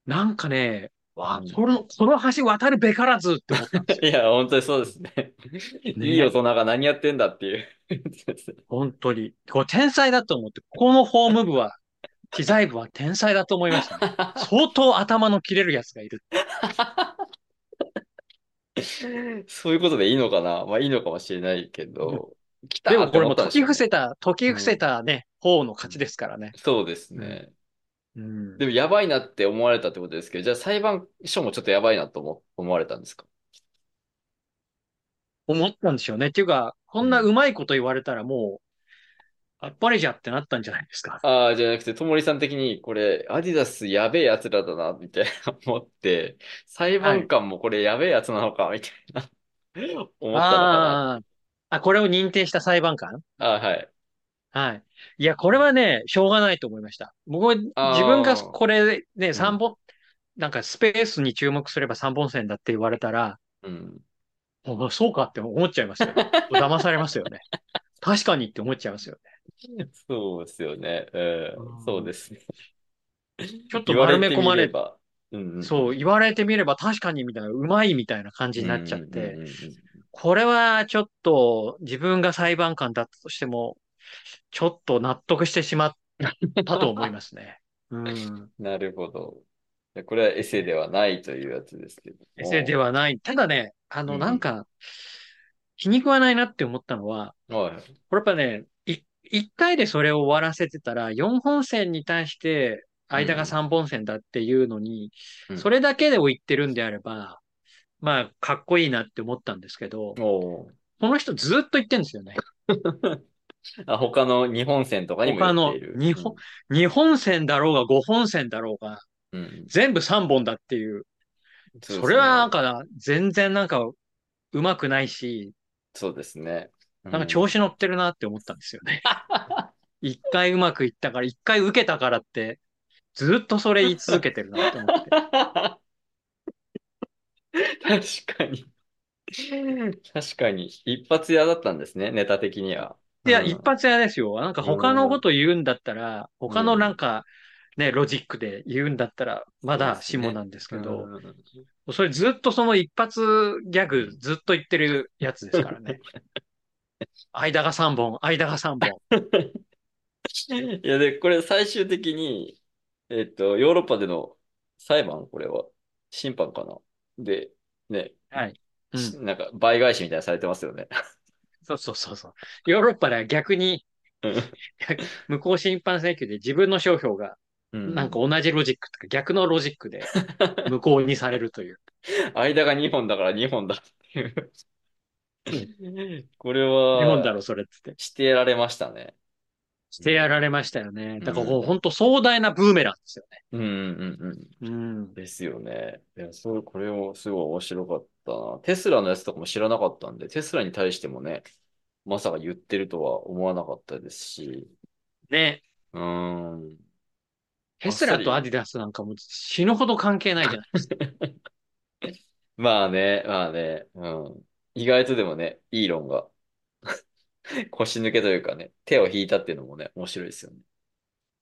[SPEAKER 4] う、なんかね、わ
[SPEAKER 1] うん、
[SPEAKER 4] この、この橋渡るべからずって思ったんですよ。
[SPEAKER 1] いや、本当にそうですね。いい大人が何やってんだっていう。
[SPEAKER 4] 本当に。こう天才だと思って、この法務部は、機材部は天才だと思いまし たね。相当頭の切れるやつがいる。
[SPEAKER 1] そういうことでいいのかなまあいいのかもしれないけど。来た
[SPEAKER 4] でも
[SPEAKER 1] って
[SPEAKER 4] これ
[SPEAKER 1] 思
[SPEAKER 4] も
[SPEAKER 1] ったん
[SPEAKER 4] 解
[SPEAKER 1] でし
[SPEAKER 4] き
[SPEAKER 1] ょうね
[SPEAKER 4] 伏せた、解き伏せたね、方の勝ちですからね。
[SPEAKER 1] そうですね。
[SPEAKER 4] うん
[SPEAKER 1] でもやばいなって思われたってことですけど、じゃあ裁判所もちょっとやばいなと思思われたんですか
[SPEAKER 4] 思ったんでしょうね。っていうか、こんなうまいこと言われたらもう、あっぱれじゃってなったんじゃないですか。
[SPEAKER 1] ああ、じゃなくて、ともりさん的に、これ、アディダスやべえやつらだな、みたいな思って、裁判官もこれやべえやつなのか、みたいな、思ったのか
[SPEAKER 4] ああ、あ、これを認定した裁判官
[SPEAKER 1] な。あーはい。
[SPEAKER 4] はい。いや、これはね、しょうがないと思いました。僕は、
[SPEAKER 1] あー
[SPEAKER 4] 自分がこれね、
[SPEAKER 1] ん
[SPEAKER 4] 三本、なんかスペースに注目すれば三本線だって言われたら、
[SPEAKER 1] うん。
[SPEAKER 4] おそうかって思っちゃいます よね。騙されますよね。確かにって思っちゃいますよ
[SPEAKER 1] そうですよね。うん。そうですね。
[SPEAKER 4] ね。ちょっと
[SPEAKER 1] 言わ
[SPEAKER 4] 丸め
[SPEAKER 1] れて
[SPEAKER 4] 込ま
[SPEAKER 1] みれ
[SPEAKER 4] れ、
[SPEAKER 1] ば。うんうん。
[SPEAKER 4] そう、言われてみれば確かにみたいな、うまいみたいな感じになっちゃっ
[SPEAKER 1] うんうん
[SPEAKER 4] て、
[SPEAKER 1] うんうん
[SPEAKER 4] これはちょっと自分が裁判官だったとしても、ちょっと納得してしまったと思いますね。うん。
[SPEAKER 1] なるほど。いやこれはエセではないというやつですけども。
[SPEAKER 4] エセではない。ただね、あ
[SPEAKER 1] う
[SPEAKER 4] の、
[SPEAKER 1] ん
[SPEAKER 4] なんか、皮肉はないなって思ったのは、
[SPEAKER 1] はい。
[SPEAKER 4] これやっぱね、い一回でそれを終わらせてたら、4本線に対して、間が3本線だっていうのに、
[SPEAKER 1] うん
[SPEAKER 4] それだけでを言ってるんであれば、まあ、かっこいいなって思ったんですけど、
[SPEAKER 1] おー
[SPEAKER 4] この人ずっと言ってるんですよね。
[SPEAKER 1] あ、他の日本線とかにも
[SPEAKER 4] 他
[SPEAKER 1] 言っ
[SPEAKER 4] の
[SPEAKER 1] ている。
[SPEAKER 4] 日本2本線だろうが5本線だろうが、
[SPEAKER 1] うん。うん
[SPEAKER 4] 全部3本だっていう。
[SPEAKER 1] うです
[SPEAKER 4] それはなん
[SPEAKER 1] ね。
[SPEAKER 4] か、全然なんか、うまくないし、
[SPEAKER 1] そうですね。う
[SPEAKER 4] なんか調子乗ってるなって思ったんですよ ね。一回うまくいったから、一回受けたからって、ずっとそれ言い続けてるなって思って。
[SPEAKER 1] 確 かに。確かに。一発屋だったんですね、ネタ的には。
[SPEAKER 4] いや、
[SPEAKER 1] うん
[SPEAKER 4] 一発屋ですよ。なんか他のこと言うんだったら、他のなんか、ね、ロジックで言うんだったら、まだしもなんですけど、それずっとその一発ギャグずっと言ってるやつですか らね。間が3本、間が3本。
[SPEAKER 1] いや、で、これ最終的に、えっと、ヨーロッパでの裁判、これは、審判かな。で、ね、
[SPEAKER 4] はい。うん
[SPEAKER 1] なんか倍返しみたいなのされてますよね。
[SPEAKER 4] そうそうそうそう。ヨーロッパでは逆に
[SPEAKER 1] うん、
[SPEAKER 4] 無効審判請求で自分の商標が、
[SPEAKER 1] うん
[SPEAKER 4] なんか同じロジックとか逆のロジッ クで無効にされるという。
[SPEAKER 1] 間が2本だから2本だって いう。これ
[SPEAKER 4] 日本だ
[SPEAKER 1] は、
[SPEAKER 4] ろ、それっつって。
[SPEAKER 1] してやられましたね。
[SPEAKER 4] してやられましたよね。だからこ
[SPEAKER 1] う
[SPEAKER 4] うん本当壮大なブーメランですよね。
[SPEAKER 1] うんうんうん。
[SPEAKER 4] うん。
[SPEAKER 1] ですよね。いや、そう、これもすごい面白かったな。テスラのやつとかも知らなかったんで、テスラに対してもね、まさか言ってるとは思わなかったですし。
[SPEAKER 4] ね。
[SPEAKER 1] うーん。
[SPEAKER 4] テスラとアディダスなんかもう死ぬほど関係ないじゃないですか。
[SPEAKER 1] まあね、まあね、うん。意外とでもね、イーロンが 腰抜けというかね、手を引いたっていうのもね、面白いですよね。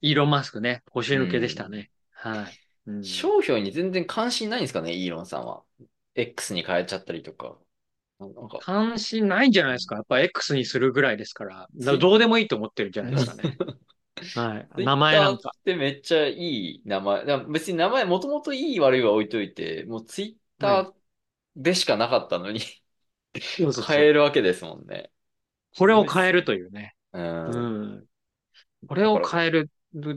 [SPEAKER 4] イーロン・マスクね、腰抜けでしたね。はい。うん
[SPEAKER 1] 商標に全然関心ないんですかね、イーロンさんは。X に変えちゃったりとか。なんか、
[SPEAKER 4] 関心ないんじゃないですか。やっぱ X にするぐらいですから、だからどうでもいいと思ってるんじゃないですか ね。はい。名前なんか。。
[SPEAKER 1] でめっちゃいい名前。だから別に名前、もともといい悪いは置いといて、もうツイッターでしかなかったのに
[SPEAKER 4] そうそう
[SPEAKER 1] 変えるわけですもんね。
[SPEAKER 4] これを変えるというね。
[SPEAKER 1] う。
[SPEAKER 4] うんん。これを変える。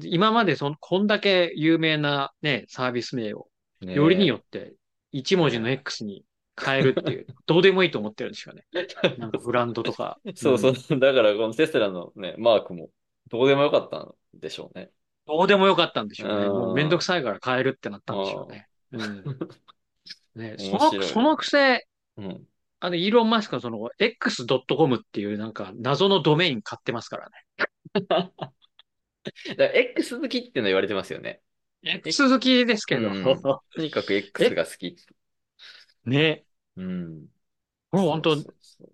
[SPEAKER 4] 今までその、こんだけ有名なね、サービス名を、
[SPEAKER 1] ね
[SPEAKER 4] よりによって、一文字の X に変える っていう、どうでもいいと思ってるんですよね。なんかブランドとか。
[SPEAKER 1] そうそう。だから、このテスラのね、マークも、どうでもよかったんでしょうね。
[SPEAKER 4] どうでもよかったんでしょうね。
[SPEAKER 1] うん
[SPEAKER 4] もうめんどくさいから変えるってなったんでしょうね。うん。ね、そ
[SPEAKER 1] 面白い
[SPEAKER 4] の、そのくせ、
[SPEAKER 1] うん。
[SPEAKER 4] あの、イーロン・マスクはその、x.com っていうなんか謎のドメイン買ってますから
[SPEAKER 1] だから X 好きっての言われてますよね。
[SPEAKER 4] ね。X 好きですけど。
[SPEAKER 1] うんとにかく X が好き。
[SPEAKER 4] ね。
[SPEAKER 1] うん。
[SPEAKER 4] これ本当
[SPEAKER 1] そうそう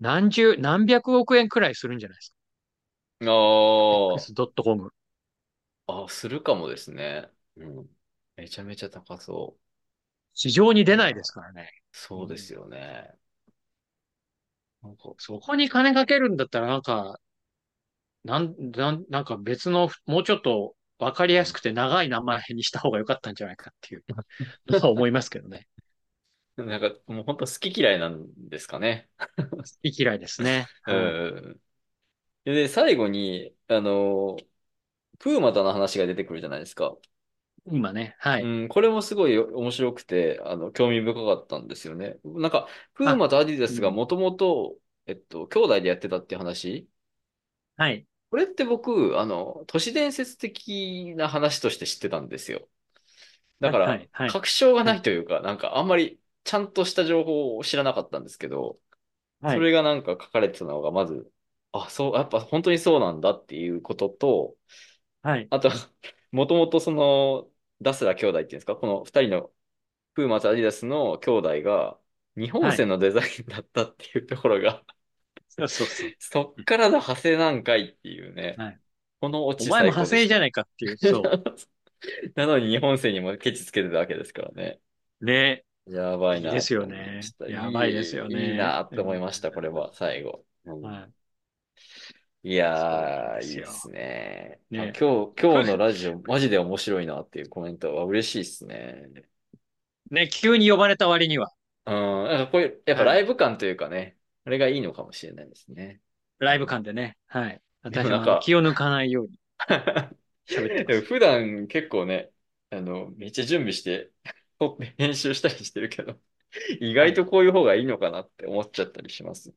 [SPEAKER 4] 何十、何百億円くらいするんじゃないです
[SPEAKER 1] そう
[SPEAKER 4] か。x.com。
[SPEAKER 1] あーあ、するかもですね。うん。めちゃめちゃ高そう。
[SPEAKER 4] 市場に出ないですからね。
[SPEAKER 1] そうですよね。なんか、
[SPEAKER 4] そこに金かけるんだったらなんか、なん、なん、なんか別の、もうちょっとわかりやすくて長い名前にした方が良かったんじゃないか っていうのは思いますけどね。
[SPEAKER 1] なんかもう本当好き嫌いなんですかね。
[SPEAKER 4] 好き嫌いですね。
[SPEAKER 1] うん。で、最後に、あの、プーマとの話が出てくるじゃないですか。
[SPEAKER 4] 今ね、はい。
[SPEAKER 1] うん、これもすごい面白くて、あの、興味深かったんですよね。なんか、プーマとアディダスがもともと、えっと、兄弟でやってたっていう話
[SPEAKER 4] はい。
[SPEAKER 1] これって僕、あの、都市伝説的な話として知ってたんですよ。だから、
[SPEAKER 4] はいはいはい
[SPEAKER 1] 確証がないというか、なんかあんまりちゃんとした情報を知らなかったんですけど、
[SPEAKER 4] はい
[SPEAKER 1] それがなんか書かれてたのが、まず、あ、そう、やっぱ本当にそうなんだっていうことと、
[SPEAKER 4] はい。
[SPEAKER 1] あと、 もともとその、ダスラ兄弟っていうんですか、この二人の、プーマとアディダスの兄弟が、日本製のデザインだったっていうところが、
[SPEAKER 4] そうそうそう。
[SPEAKER 1] そっからの派生なんかいっていうね、
[SPEAKER 4] はい
[SPEAKER 1] このオチ
[SPEAKER 4] お前
[SPEAKER 1] 最
[SPEAKER 4] も
[SPEAKER 1] 高
[SPEAKER 4] 派
[SPEAKER 1] で
[SPEAKER 4] 生
[SPEAKER 1] し
[SPEAKER 4] じゃないかっていう。そ
[SPEAKER 1] た なのに日本製にもケチつけてたわけですからね。
[SPEAKER 4] う。ね。
[SPEAKER 1] やばいな。
[SPEAKER 4] ですよねやばいですよね
[SPEAKER 1] いいなって思いました、これは、最後。うん
[SPEAKER 4] はい
[SPEAKER 1] やー、い
[SPEAKER 4] そうなんです
[SPEAKER 1] い
[SPEAKER 4] よ
[SPEAKER 1] ですね。あ
[SPEAKER 4] ね
[SPEAKER 1] 今日、今日のラジオ、マジで面白いなっていうコメントは嬉しいですね。
[SPEAKER 4] い。ね、急に呼ばれた割には、
[SPEAKER 1] うん、なんかこういう、やっぱライブ感というかね、あれがいいのかもしれないですね。
[SPEAKER 4] ライブ感でね。はい。
[SPEAKER 1] で
[SPEAKER 4] 私
[SPEAKER 1] もなんか
[SPEAKER 4] は気を抜かない ように喋って
[SPEAKER 1] でも普段結構ね、あの、めっちゃ準備して、 撮って編集したりしてるけど、意外とこういう方がいいのかなって思っちゃったりします。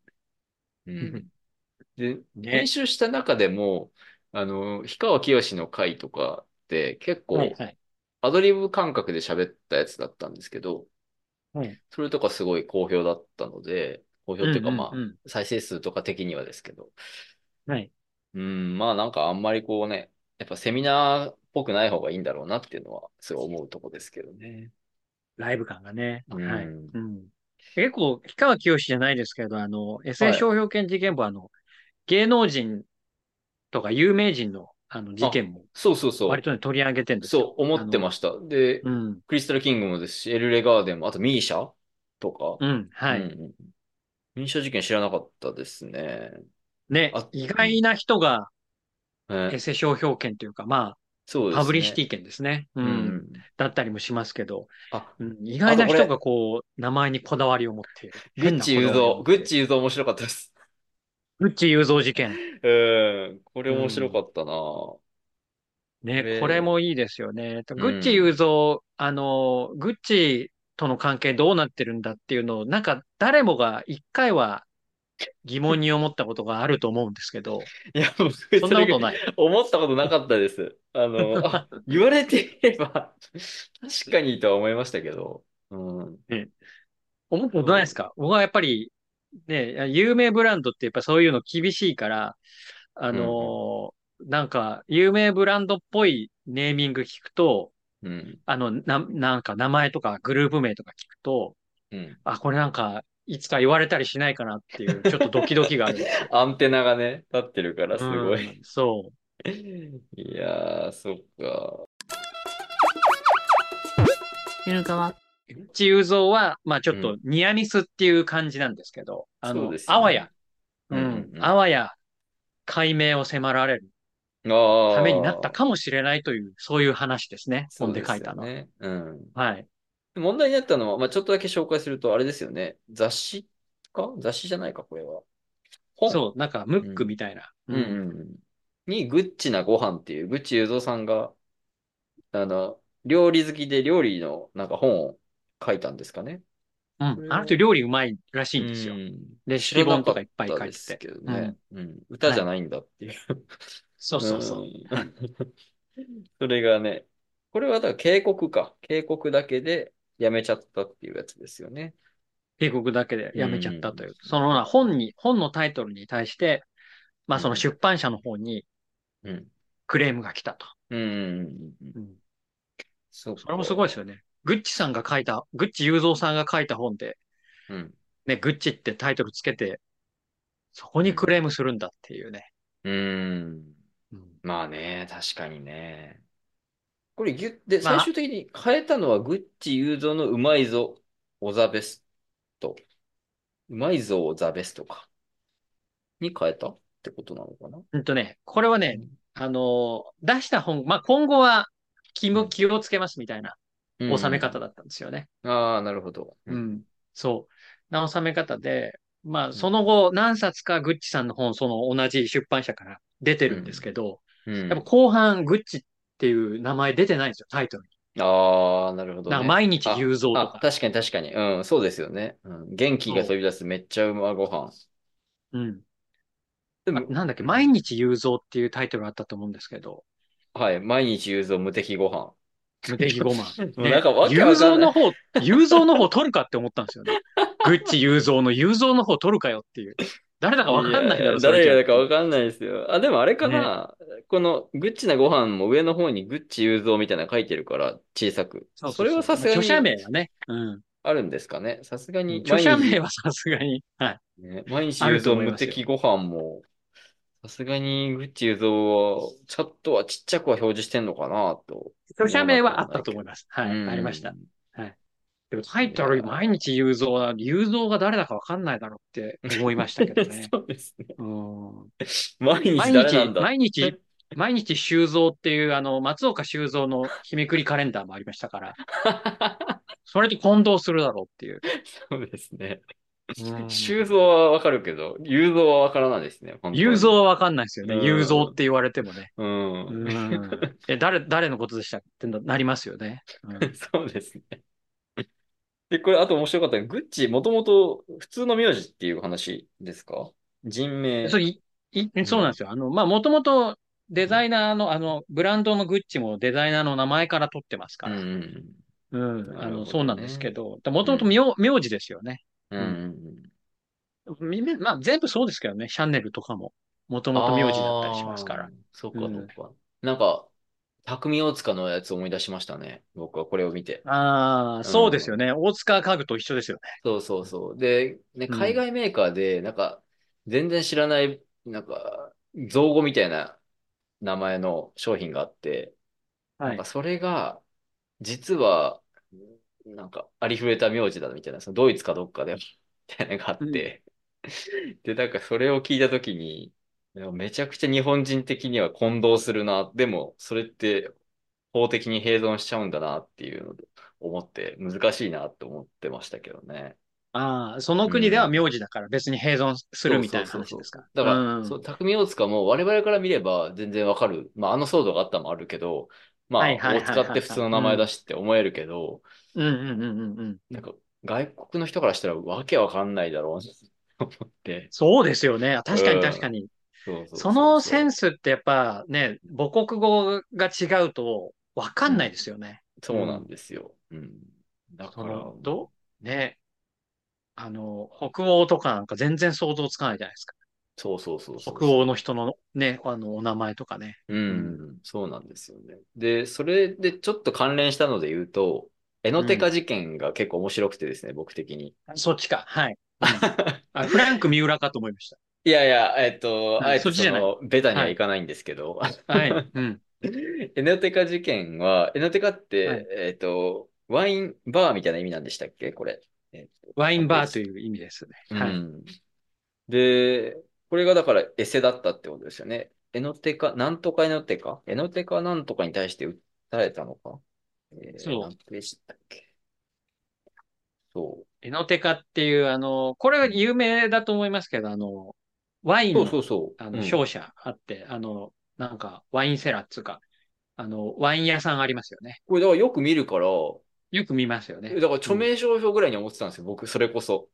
[SPEAKER 1] うん。で、
[SPEAKER 4] ね
[SPEAKER 1] 編集した中でも、あの、氷川きよしの回とかって結構、
[SPEAKER 4] ます。はい。はい。
[SPEAKER 1] アドリブ感覚で喋ったやつだったんですけど、
[SPEAKER 4] はい
[SPEAKER 1] それとかすごい好評だったので、好評っていうかまあ、
[SPEAKER 4] うんうんうん
[SPEAKER 1] 再生数とか的にはですけど、
[SPEAKER 4] はい。
[SPEAKER 1] うん、まあなんかあんまりこうね、やっぱセミナーっぽくない方がいいんだろうなっていうのは、すごい思うとこですけどね。
[SPEAKER 4] ライブ感がね。
[SPEAKER 1] うん
[SPEAKER 4] はい。うん。結構、氷川きよしじゃないですけど、あの、
[SPEAKER 1] は
[SPEAKER 4] SA
[SPEAKER 1] い
[SPEAKER 4] 商標権事件簿は、あの、芸能人とか有名人のあの事件も
[SPEAKER 1] そうそうそう。
[SPEAKER 4] 割とね取り上げてるんですよ
[SPEAKER 1] そう、思ってま
[SPEAKER 4] し
[SPEAKER 1] した。で、
[SPEAKER 4] た。うん。
[SPEAKER 1] クリスタルキングもですし、エルレガーデンも、あとミーシャとか。
[SPEAKER 4] うん。はい。
[SPEAKER 1] うんうんミーシャ事件知らなかったですね。
[SPEAKER 4] ね
[SPEAKER 1] あ、
[SPEAKER 4] 意外な人が
[SPEAKER 1] ね
[SPEAKER 4] エセ商標権というか、ま
[SPEAKER 1] そう
[SPEAKER 4] あ、
[SPEAKER 1] ですね。
[SPEAKER 4] パブリシティ権ですね。う。
[SPEAKER 1] うんん。
[SPEAKER 4] だったりもしますけど、
[SPEAKER 1] あ、
[SPEAKER 4] うん、意外な人がこう、名前にこだわりを持っている。
[SPEAKER 1] グッチ
[SPEAKER 4] 変
[SPEAKER 1] 雄
[SPEAKER 4] なこだわりを持
[SPEAKER 1] 三、
[SPEAKER 4] って
[SPEAKER 1] グ
[SPEAKER 4] いる
[SPEAKER 1] ッチ雄三面白かったです。
[SPEAKER 4] グッチ雄三事件。
[SPEAKER 1] うん。これ面白かったなね
[SPEAKER 4] ね、
[SPEAKER 1] え
[SPEAKER 4] これもいいですよね。
[SPEAKER 1] ん
[SPEAKER 4] グッチ雄三、あの、グッチとの関係どうなってるんだっていうのを、なんか誰もが一回は疑問に思ったことがあると思うんですけど、
[SPEAKER 1] いや、僕、それ
[SPEAKER 4] そんなことない。
[SPEAKER 1] 思ったことなかったです。あの、あ言われてみれば、確かにとは思いましたけど。うん。
[SPEAKER 4] 思ったことないですか僕はやっぱり、ね、有名ブランドってやっぱそういうの厳しいから、あの、なんか、有名ブランドっぽいネーミング聞くと、
[SPEAKER 1] うん。
[SPEAKER 4] あの、な、なんか名前とかグループ名とか聞くと、
[SPEAKER 1] うん。
[SPEAKER 4] あ、これなんか、いつか言われたりしないかなっ ていう、ちょっとドキドキがある。
[SPEAKER 1] アンテナがね、立ってるから、すごい。
[SPEAKER 4] うんそう。
[SPEAKER 1] いやー、そっか。
[SPEAKER 5] ゆるかわ。
[SPEAKER 4] グッチ雄三は、まあちょっとニアミスっていう感じなんですけど、あ
[SPEAKER 1] そう
[SPEAKER 4] の、
[SPEAKER 1] ですよね
[SPEAKER 4] あわや、う
[SPEAKER 1] うん
[SPEAKER 4] ん
[SPEAKER 1] う、ん
[SPEAKER 4] あわや、解明を迫られる
[SPEAKER 1] ああ。
[SPEAKER 4] ためになったかもしれないという、そういう話ですね。
[SPEAKER 1] そ
[SPEAKER 4] 本
[SPEAKER 1] う
[SPEAKER 4] です書いたの
[SPEAKER 1] よ
[SPEAKER 4] は。
[SPEAKER 1] ね。うん。
[SPEAKER 4] はい。
[SPEAKER 1] 問題になったのは、まあ、ちょっとだけ紹介すると、あれですよね。雑誌か雑誌じゃないか、これは。本
[SPEAKER 4] そう、なんか、ムックみたいな。
[SPEAKER 1] うんう
[SPEAKER 4] うん
[SPEAKER 1] んうん。に、グッチなご飯っていう、グッチ雄三さんが、あの、料理好きで料理のなんか本を書いたんですかね。
[SPEAKER 4] うんあの人料理うまいらしいんですよ
[SPEAKER 1] う。ん
[SPEAKER 4] レシピ本とかいっぱい書
[SPEAKER 1] 知ら
[SPEAKER 4] い
[SPEAKER 1] なかったです
[SPEAKER 4] てて。
[SPEAKER 1] けどね。うん歌じゃないんだっていう。
[SPEAKER 4] そうそうそう。
[SPEAKER 1] んそれがね、これはだから警告か。警告だけでやめちゃったっていうやつですよね。、
[SPEAKER 4] 帝国だけでやめちゃったといううんそのな本に、本のタイトルに対して、まあその出版社の方に
[SPEAKER 1] うん。
[SPEAKER 4] クレームが来たと。
[SPEAKER 1] うんうんうんうん。
[SPEAKER 4] うん
[SPEAKER 1] そうか
[SPEAKER 4] それもすごいですよね。グッチさんが書いた、グッチ雄三さんが書いた本で、
[SPEAKER 1] うん。
[SPEAKER 4] ね、グッチってタイトルつけて、そこにクレームするんだっていうね。
[SPEAKER 1] うん。
[SPEAKER 4] うん
[SPEAKER 1] まあね、確かにね。これ、ぎゅで、
[SPEAKER 4] まあ
[SPEAKER 1] 最終的に変えたのは、グッチ雄三のうまいぞ、オザベスト。うまいぞ、オザベストか。に変えたってことなのかな
[SPEAKER 4] うんとね、これはね
[SPEAKER 1] う、
[SPEAKER 4] あのー出した本、まあ今後は気も気をつけますみたいな
[SPEAKER 1] うん
[SPEAKER 4] 収め方だったんですよね。
[SPEAKER 1] ああ、なるほど。う。
[SPEAKER 4] うんん。そう。な収め方で、まあ、その後、何冊かグッチさんの本、その同じ出版社から出てるんですけど、
[SPEAKER 1] うん
[SPEAKER 4] やっぱ後半、グッチっていう名前出てないんですよ、タイトルに。
[SPEAKER 1] ああ、なるほど
[SPEAKER 4] なんか
[SPEAKER 1] ね。
[SPEAKER 4] 毎日雄三と
[SPEAKER 1] あ、
[SPEAKER 4] か。
[SPEAKER 1] 確かに確かに。うん、そうですよね。うん、元気が飛び出すめっちゃうまご飯。
[SPEAKER 4] うん。
[SPEAKER 1] で
[SPEAKER 4] あ
[SPEAKER 1] も、
[SPEAKER 4] なんだっけ、毎日雄三っていうタイトルあったと思うんです けど、
[SPEAKER 1] はい、毎日雄三無敵ご飯。
[SPEAKER 4] 無敵5万。
[SPEAKER 1] もうなんかわけ
[SPEAKER 4] 雄
[SPEAKER 1] わか
[SPEAKER 4] 三
[SPEAKER 1] んな
[SPEAKER 4] の
[SPEAKER 1] い。
[SPEAKER 4] 方、雄三の方取るかって思ったんですよ ね。グッチ雄三の雄三の方取るかよっていう。誰だかわかんないだ
[SPEAKER 1] や
[SPEAKER 4] ろ、それ
[SPEAKER 1] 誰
[SPEAKER 4] じゃ
[SPEAKER 1] がだかわかんないですよ。あ、でもあれかな。この、グッチなご飯も上の方にグッチ雄三みたいなの書いてるから、小さく。
[SPEAKER 4] そうそうそう
[SPEAKER 1] れはさすが
[SPEAKER 4] 著者
[SPEAKER 1] に
[SPEAKER 4] 名はね。うん。
[SPEAKER 1] あるんですかね。さすがに、
[SPEAKER 4] 著者
[SPEAKER 1] 毎日
[SPEAKER 4] 名はさすがに。はい。
[SPEAKER 1] ね、毎日
[SPEAKER 4] あ
[SPEAKER 1] 雄
[SPEAKER 4] ると
[SPEAKER 1] 三
[SPEAKER 4] 思い
[SPEAKER 1] 無
[SPEAKER 4] ますよ
[SPEAKER 1] 敵ご飯も、さすがにグッチ雄三は、チャットはちっちゃくは表示してんのかな、と。
[SPEAKER 4] 著者名はあったと思います。はい、
[SPEAKER 1] うん
[SPEAKER 4] ありました。。 でもタイトル、毎日雄三は、雄三が誰だかわかんないだろうって思いましたけどね。
[SPEAKER 1] そうですね。
[SPEAKER 4] うん
[SPEAKER 1] 毎日誰
[SPEAKER 4] 毎
[SPEAKER 1] なん
[SPEAKER 4] 日、
[SPEAKER 1] だ
[SPEAKER 4] 毎日、毎日修造っていう、あの、松岡修造の日めくりカレンダーもありまし たから、それと混同するだろうっていう。
[SPEAKER 1] そうですね。
[SPEAKER 4] うん
[SPEAKER 1] 修造はわかるけど、雄三はわからないですね。本当に
[SPEAKER 4] 雄三はわかんないですよね。
[SPEAKER 1] うん
[SPEAKER 4] 雄三って言われてもね。
[SPEAKER 1] うん。
[SPEAKER 4] うん え、誰、誰のことでしたっけってなりますよね。う ん
[SPEAKER 1] そうですね。で、これ、あと面白かったのがグッチ、もともと普通の名字っていう話ですか人名。
[SPEAKER 4] それいいそうなんですよ。あの、まあ、もともとデザイナーの、あの、ブランドのグッチもデザイナーの名前から取ってますか
[SPEAKER 1] うんう
[SPEAKER 4] ら。うん。
[SPEAKER 1] んな
[SPEAKER 4] あ
[SPEAKER 1] るほど
[SPEAKER 4] の、
[SPEAKER 1] ね
[SPEAKER 4] そうなんですけど、もともと名名字ですよね。
[SPEAKER 1] うん。うんうん
[SPEAKER 4] みまあ、全部そうですけどね。シャンネルとかも、もともと名字だったりしますか
[SPEAKER 1] あー。。
[SPEAKER 4] ら
[SPEAKER 1] そうか、
[SPEAKER 4] う
[SPEAKER 1] そ
[SPEAKER 4] ん
[SPEAKER 1] うか。なんか、匠大塚のやつ思い出しましたね。僕はこれを見て。
[SPEAKER 4] ああ、
[SPEAKER 1] ん
[SPEAKER 4] そうですよね。大塚家具と一緒ですよね。
[SPEAKER 1] そうそうそう。で、ね、
[SPEAKER 4] うん
[SPEAKER 1] 海外メーカーで、なんか、全然知らないなんか、造語みたいな名前の商品があって、
[SPEAKER 4] は
[SPEAKER 1] なん
[SPEAKER 4] い
[SPEAKER 1] か。それが、実は、なんか、ありふれた名字だみたいな、そのドイツかどっかで、 みたいなのがあって、 で、なんかそれを聞いたときに、めちゃくちゃ日本人的には混同するな、でも、それって法的に併存しちゃうんだなっていうので、思って、難しいなって思ってましたけどね。
[SPEAKER 4] ああ、その国では名字だから別に併存するみたいな話ですか。
[SPEAKER 1] だから、
[SPEAKER 4] うん
[SPEAKER 1] そう、匠大塚も我々から見れば全然わかる。まあ、あの騒動があったのもあるけど、まあ、
[SPEAKER 4] はいはいはい
[SPEAKER 1] 大
[SPEAKER 4] はい
[SPEAKER 1] 塚って普通の名前だしって思えるけど、
[SPEAKER 4] うんうんうんうんうん。
[SPEAKER 1] なんか、外国の人からしたらわけわかんないだろうなと思って。
[SPEAKER 4] そうですよね。確か
[SPEAKER 1] う
[SPEAKER 4] に
[SPEAKER 1] ん
[SPEAKER 4] 確かに。
[SPEAKER 1] そうそうそう
[SPEAKER 4] そのセン
[SPEAKER 1] ス。
[SPEAKER 4] スってやっぱね、母国語が違うと分かんないですよね。
[SPEAKER 1] そうなんですよ。うん。だか
[SPEAKER 4] そ
[SPEAKER 1] ら、
[SPEAKER 4] の、どうね。あの、北欧とかなんか全然想像つかないじゃないですか。
[SPEAKER 1] そうそうそうそう。
[SPEAKER 4] 北欧の人のね、あの、お名前とかね。
[SPEAKER 1] うん、そうなんですよね。で、それでちょっと関連したので言うと、エノテカ事件が結構面白くてですね、僕的に。
[SPEAKER 4] そっちか。はい。うんあフランク三浦かと思いまし
[SPEAKER 1] いやいや、えっと、
[SPEAKER 4] はい
[SPEAKER 1] あえて
[SPEAKER 4] そっちじゃない
[SPEAKER 1] の、ベタにはいかないんですけど、
[SPEAKER 4] た。はい。うん。
[SPEAKER 1] エノテカ事件は、エノテカって、
[SPEAKER 4] はい
[SPEAKER 1] えっと、ワインバーみたいな意味なんでしたっけこれ。えっと
[SPEAKER 4] ワインバーという意味ですね。は
[SPEAKER 1] う
[SPEAKER 4] い。
[SPEAKER 1] んで、これがだからエセだったってことですよね。エノテカ、なんとかエノテカエノテカなんとかに対して訴えたのかえー
[SPEAKER 4] そう
[SPEAKER 1] なんでしたっけそう。
[SPEAKER 4] エノテカっていう、あの、これが有名だと思いますけど、あの、ワイン
[SPEAKER 1] そう
[SPEAKER 4] の
[SPEAKER 1] そうそう。
[SPEAKER 4] あ
[SPEAKER 1] う
[SPEAKER 4] の、
[SPEAKER 1] ん
[SPEAKER 4] 商社あって、あの、なんか、ワインセラーっつうか、あの、ワイン屋さんありますよね。
[SPEAKER 1] これだからよく見るから、
[SPEAKER 4] よく見ますよね
[SPEAKER 1] だ。から著名商標ぐらいに思ってたんですよ。僕、それこそ。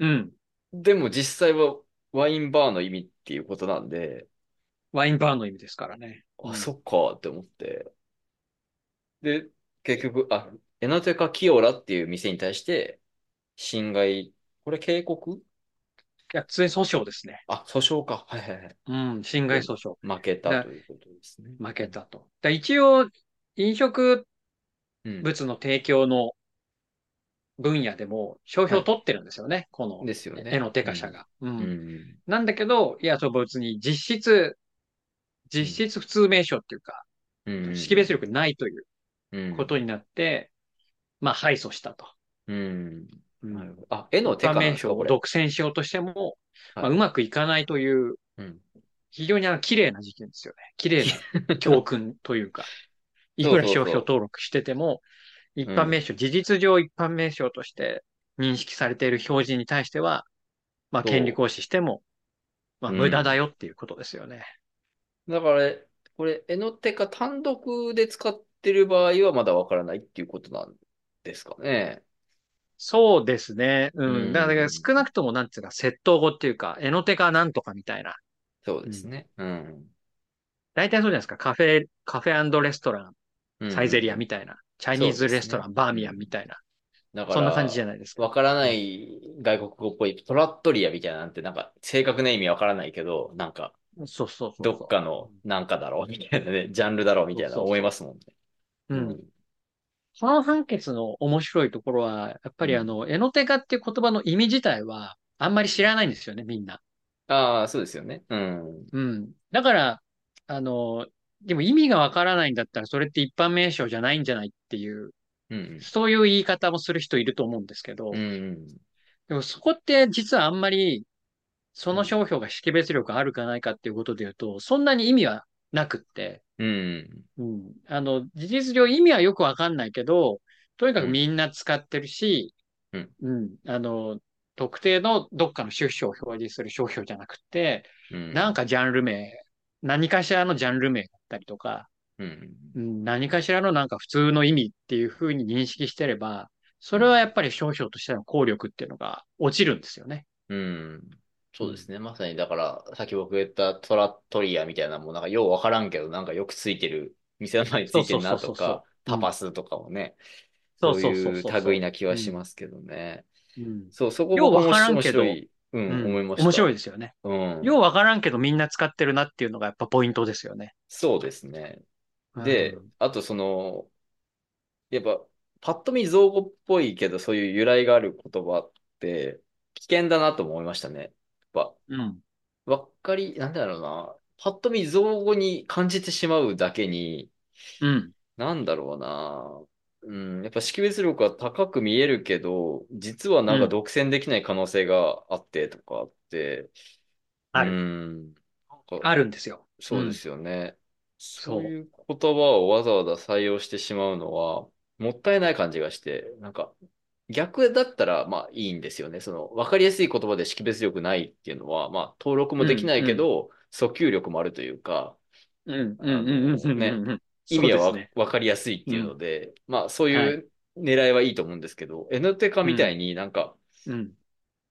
[SPEAKER 4] うん。
[SPEAKER 1] でも実際はワインバーの意味っていうことなんで、
[SPEAKER 4] ワインバーの意味ですからね。うん
[SPEAKER 1] あ、そっかって思って。で、結局、あ、エナテカキオラっていう店に対して、侵害、これ警告
[SPEAKER 4] いや、通訴訟ですね。
[SPEAKER 1] あ、訴訟か。はいはいはい。
[SPEAKER 4] うん、侵害訴訟。
[SPEAKER 1] 負けたということですね。
[SPEAKER 4] 負けたと。だ一応、飲食
[SPEAKER 1] うん。
[SPEAKER 4] 物の提供の分野でも、商標を取ってるんですよね。この、
[SPEAKER 1] ですよね。
[SPEAKER 4] 絵のテカ社が。う
[SPEAKER 1] うんん。うん。
[SPEAKER 4] なんだけど、いや、そう別に実質、実質普通名称っていうか、
[SPEAKER 1] うん。
[SPEAKER 4] 識別力ないという
[SPEAKER 1] うん
[SPEAKER 4] ことになって、まあ、敗訴したと。
[SPEAKER 1] うん。
[SPEAKER 4] うん
[SPEAKER 1] なるほど。あ、絵のテ
[SPEAKER 4] 他
[SPEAKER 1] カなん
[SPEAKER 4] 名
[SPEAKER 1] ですか、
[SPEAKER 4] 称
[SPEAKER 1] こ
[SPEAKER 4] を
[SPEAKER 1] れ。
[SPEAKER 4] 独占しようとしても、
[SPEAKER 1] はい
[SPEAKER 4] まあ、うまくいかないという、
[SPEAKER 1] うん
[SPEAKER 4] 非常にあの綺麗な事件ですよね。綺麗な教訓というか、 いくら商標登録してても、一般名称、事実上一般名称として認識されている表示に対しては、まあ、
[SPEAKER 1] そう
[SPEAKER 4] 権利行使しても、まあ、
[SPEAKER 1] うん
[SPEAKER 4] 無駄だよっていうことですよね。
[SPEAKER 1] だから、これ、エノテカ単独で使ってる場合はまだわからないっていうことなんですかね。
[SPEAKER 4] そうですね。うん。
[SPEAKER 1] うん
[SPEAKER 4] だからだから少なくとも、なんつうか、窃盗語っていうか、エノテカなんとかみたいな。
[SPEAKER 1] そうですね。うん。
[SPEAKER 4] 大体そうじゃないですか。カフェ、カフェレストラン
[SPEAKER 1] うん
[SPEAKER 4] サイゼリアみたいな、チャイニーズレストラン、
[SPEAKER 1] そうですね
[SPEAKER 4] バーミヤンみたいな、
[SPEAKER 1] だか
[SPEAKER 4] そんな感じじゃ
[SPEAKER 1] ら、
[SPEAKER 4] ないですか。
[SPEAKER 1] わからない外国語っぽい、トラットリアみたいなのって、なんか、正確な意味わからないけど、なんか、
[SPEAKER 4] そうそうそう。
[SPEAKER 1] どっかの、なんかだろうみたいなね、ジャンルだろうみたいな思いますもんね。
[SPEAKER 4] うん。うん。この判決の面白いところは、やっぱりあの、エノテカっていう言葉の意味自体は、あんまり知らないんですよね、みんな。
[SPEAKER 1] ああ、そうですよね。うん。
[SPEAKER 4] うん。だから、あの、でも意味がわからないんだったら、それって一般名称じゃないんじゃないっていう、
[SPEAKER 1] うん。
[SPEAKER 4] そういう言い方もする人いると思うんですけど、
[SPEAKER 1] うん。
[SPEAKER 4] でもそこって実はあんまり、その商標が識別力あるかないかっていうことで言うと、そんなに意味はなくって、
[SPEAKER 1] うん。
[SPEAKER 4] うん。あの、事実上意味はよくわかんないけど、とにかくみんな使ってるし、
[SPEAKER 1] うん。
[SPEAKER 4] あの、特定のどっかの出所を表示する商標じゃなくて、
[SPEAKER 1] うん。
[SPEAKER 4] なんかジャンル名、何かしらのジャンル名だったりとか、
[SPEAKER 1] うん。
[SPEAKER 4] うん、何かしらのなんか普通の意味っていうふうに認識してれば、それはやっぱり商標としての効力っていうのが落ちるんですよね。
[SPEAKER 1] うん。そうですね。まさに、だから、さっき僕が言ったトラットリアみたいなもん、なんか、ようわからんけど、なんかよくついてる、店の前についてるな
[SPEAKER 4] そうそうそう
[SPEAKER 1] と
[SPEAKER 4] そうそう
[SPEAKER 1] か、タパスとかもね、
[SPEAKER 4] そう
[SPEAKER 1] そ
[SPEAKER 4] そううそう
[SPEAKER 1] い
[SPEAKER 4] そううそう
[SPEAKER 1] 類な気はしますけどね。
[SPEAKER 4] うん
[SPEAKER 1] そう、そこ
[SPEAKER 4] よう
[SPEAKER 1] 僕
[SPEAKER 4] わからん
[SPEAKER 1] 面
[SPEAKER 4] けど
[SPEAKER 1] 白い、うん、
[SPEAKER 4] うん
[SPEAKER 1] 思いました。
[SPEAKER 4] 面白いですよね。
[SPEAKER 1] うん。
[SPEAKER 4] ようわからんけどみんな使ってるなっていうのがやっぱポイントですよね。
[SPEAKER 1] そうですね。で
[SPEAKER 4] うん、
[SPEAKER 1] あとその、やっぱ、パッと見造語っぽいけど、そういう由来がある言葉って、危険だなとも思いましたね。やっぱ、
[SPEAKER 4] うん。
[SPEAKER 1] わっかり、なんだろうな。パッと見造語に感じてしまうだけに、
[SPEAKER 4] うん。
[SPEAKER 1] なんだろうな。うん、やっぱ識別力は高く見えるけど、実はなん
[SPEAKER 4] う
[SPEAKER 1] か
[SPEAKER 4] ん
[SPEAKER 1] 独占できない可能性があってとかあって、
[SPEAKER 4] あ
[SPEAKER 1] う
[SPEAKER 4] る。
[SPEAKER 1] ん、なんか
[SPEAKER 4] あるんですよ。
[SPEAKER 1] そうですよね。
[SPEAKER 4] そう
[SPEAKER 1] そういう言葉をわざわざ採用してしまうのは、もったいない感じがして、なんか、逆だったら、まあいいんですよね。その、わかりやすい言葉で識別力ないっていうのは、まあ、登録もできないけど、訴求力もあるというか、
[SPEAKER 4] うん、うん、うん、うん、うんうん。
[SPEAKER 1] 意味
[SPEAKER 4] そ
[SPEAKER 1] は
[SPEAKER 4] うですね
[SPEAKER 1] わ、わかりやすいっていうので、まあ、そう
[SPEAKER 4] は
[SPEAKER 1] いう狙いはいいと思うんですけど、エヌテカみたいになんか、
[SPEAKER 4] うん。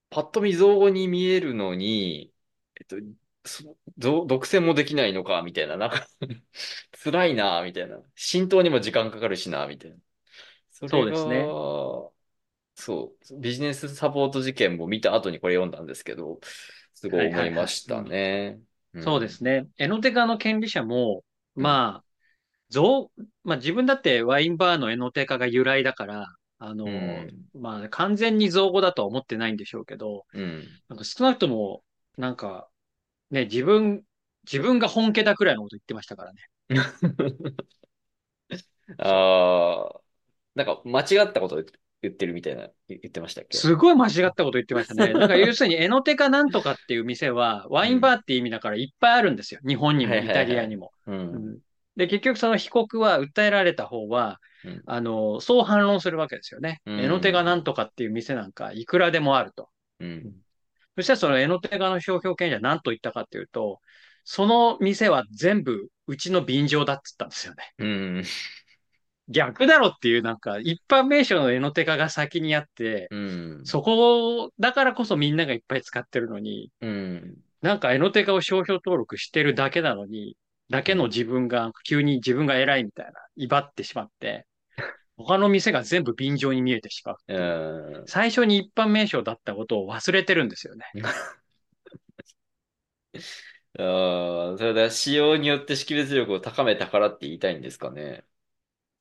[SPEAKER 1] パッと見造語に見えるのに、えっと、そぞ独占もできないのか、みたいな、なんか 辛いな、みたいな。浸透にも時間かかるしな、みたいな。それ
[SPEAKER 4] そうですね
[SPEAKER 1] が、そう、ビジネスサポート事件も見た後にこれ読んだんですけど、すごい思いましたね。ん
[SPEAKER 4] そうで。すね。エノテカの権利者も、まあ、造、まあ自分だってワインバーのエノテカが由来だから、あの、
[SPEAKER 1] うん
[SPEAKER 4] まあ完全に造語だとは思ってないんでしょうけど、
[SPEAKER 1] うん。
[SPEAKER 4] なんか少なくとも、なんか、ね、自分、自分が本家だくらいのこと言ってましたからね。
[SPEAKER 1] ああ、なんか間違ったこと言ってるみたいな、言ってましたっけ
[SPEAKER 4] すごい間違ったこと言ってまし たね。なんか要するに、エノテカなんとかっていう店は、ワインバーって意味だからいっぱいあるんですよ。日本にも
[SPEAKER 1] は
[SPEAKER 4] イ
[SPEAKER 1] いはいはい
[SPEAKER 4] タリアにも。
[SPEAKER 1] う。
[SPEAKER 4] うんんで、結局その被告は、訴えられた方は
[SPEAKER 1] うん、
[SPEAKER 4] あの、そう反論するわけですよね。
[SPEAKER 1] うん
[SPEAKER 4] エノテカなんとかっていう店なんか、いくらでもあると。
[SPEAKER 1] うん。
[SPEAKER 4] そしたらそのエノテカの商標権者は何と言ったかっていうと、その店は全部うちの便乗だっつったんですよね。
[SPEAKER 1] うん。
[SPEAKER 4] 逆だろっていう、なんか、一般名称のエノテカが先にあって、
[SPEAKER 1] うん。
[SPEAKER 4] そこをだからこそみんながいっぱい使ってるのに、
[SPEAKER 1] うん。
[SPEAKER 4] なんかエノテカを商標登録してるだけなのに、だけの自分が、急に自分が偉いみたいな、威張ってしまって、 他の店が全部便乗に見えてしまう。
[SPEAKER 1] うん。
[SPEAKER 4] 最初に一般名称だったことを忘れてるんですよね。
[SPEAKER 1] ああ、それで使用によって識別力を高めたからって言いたいんですかね。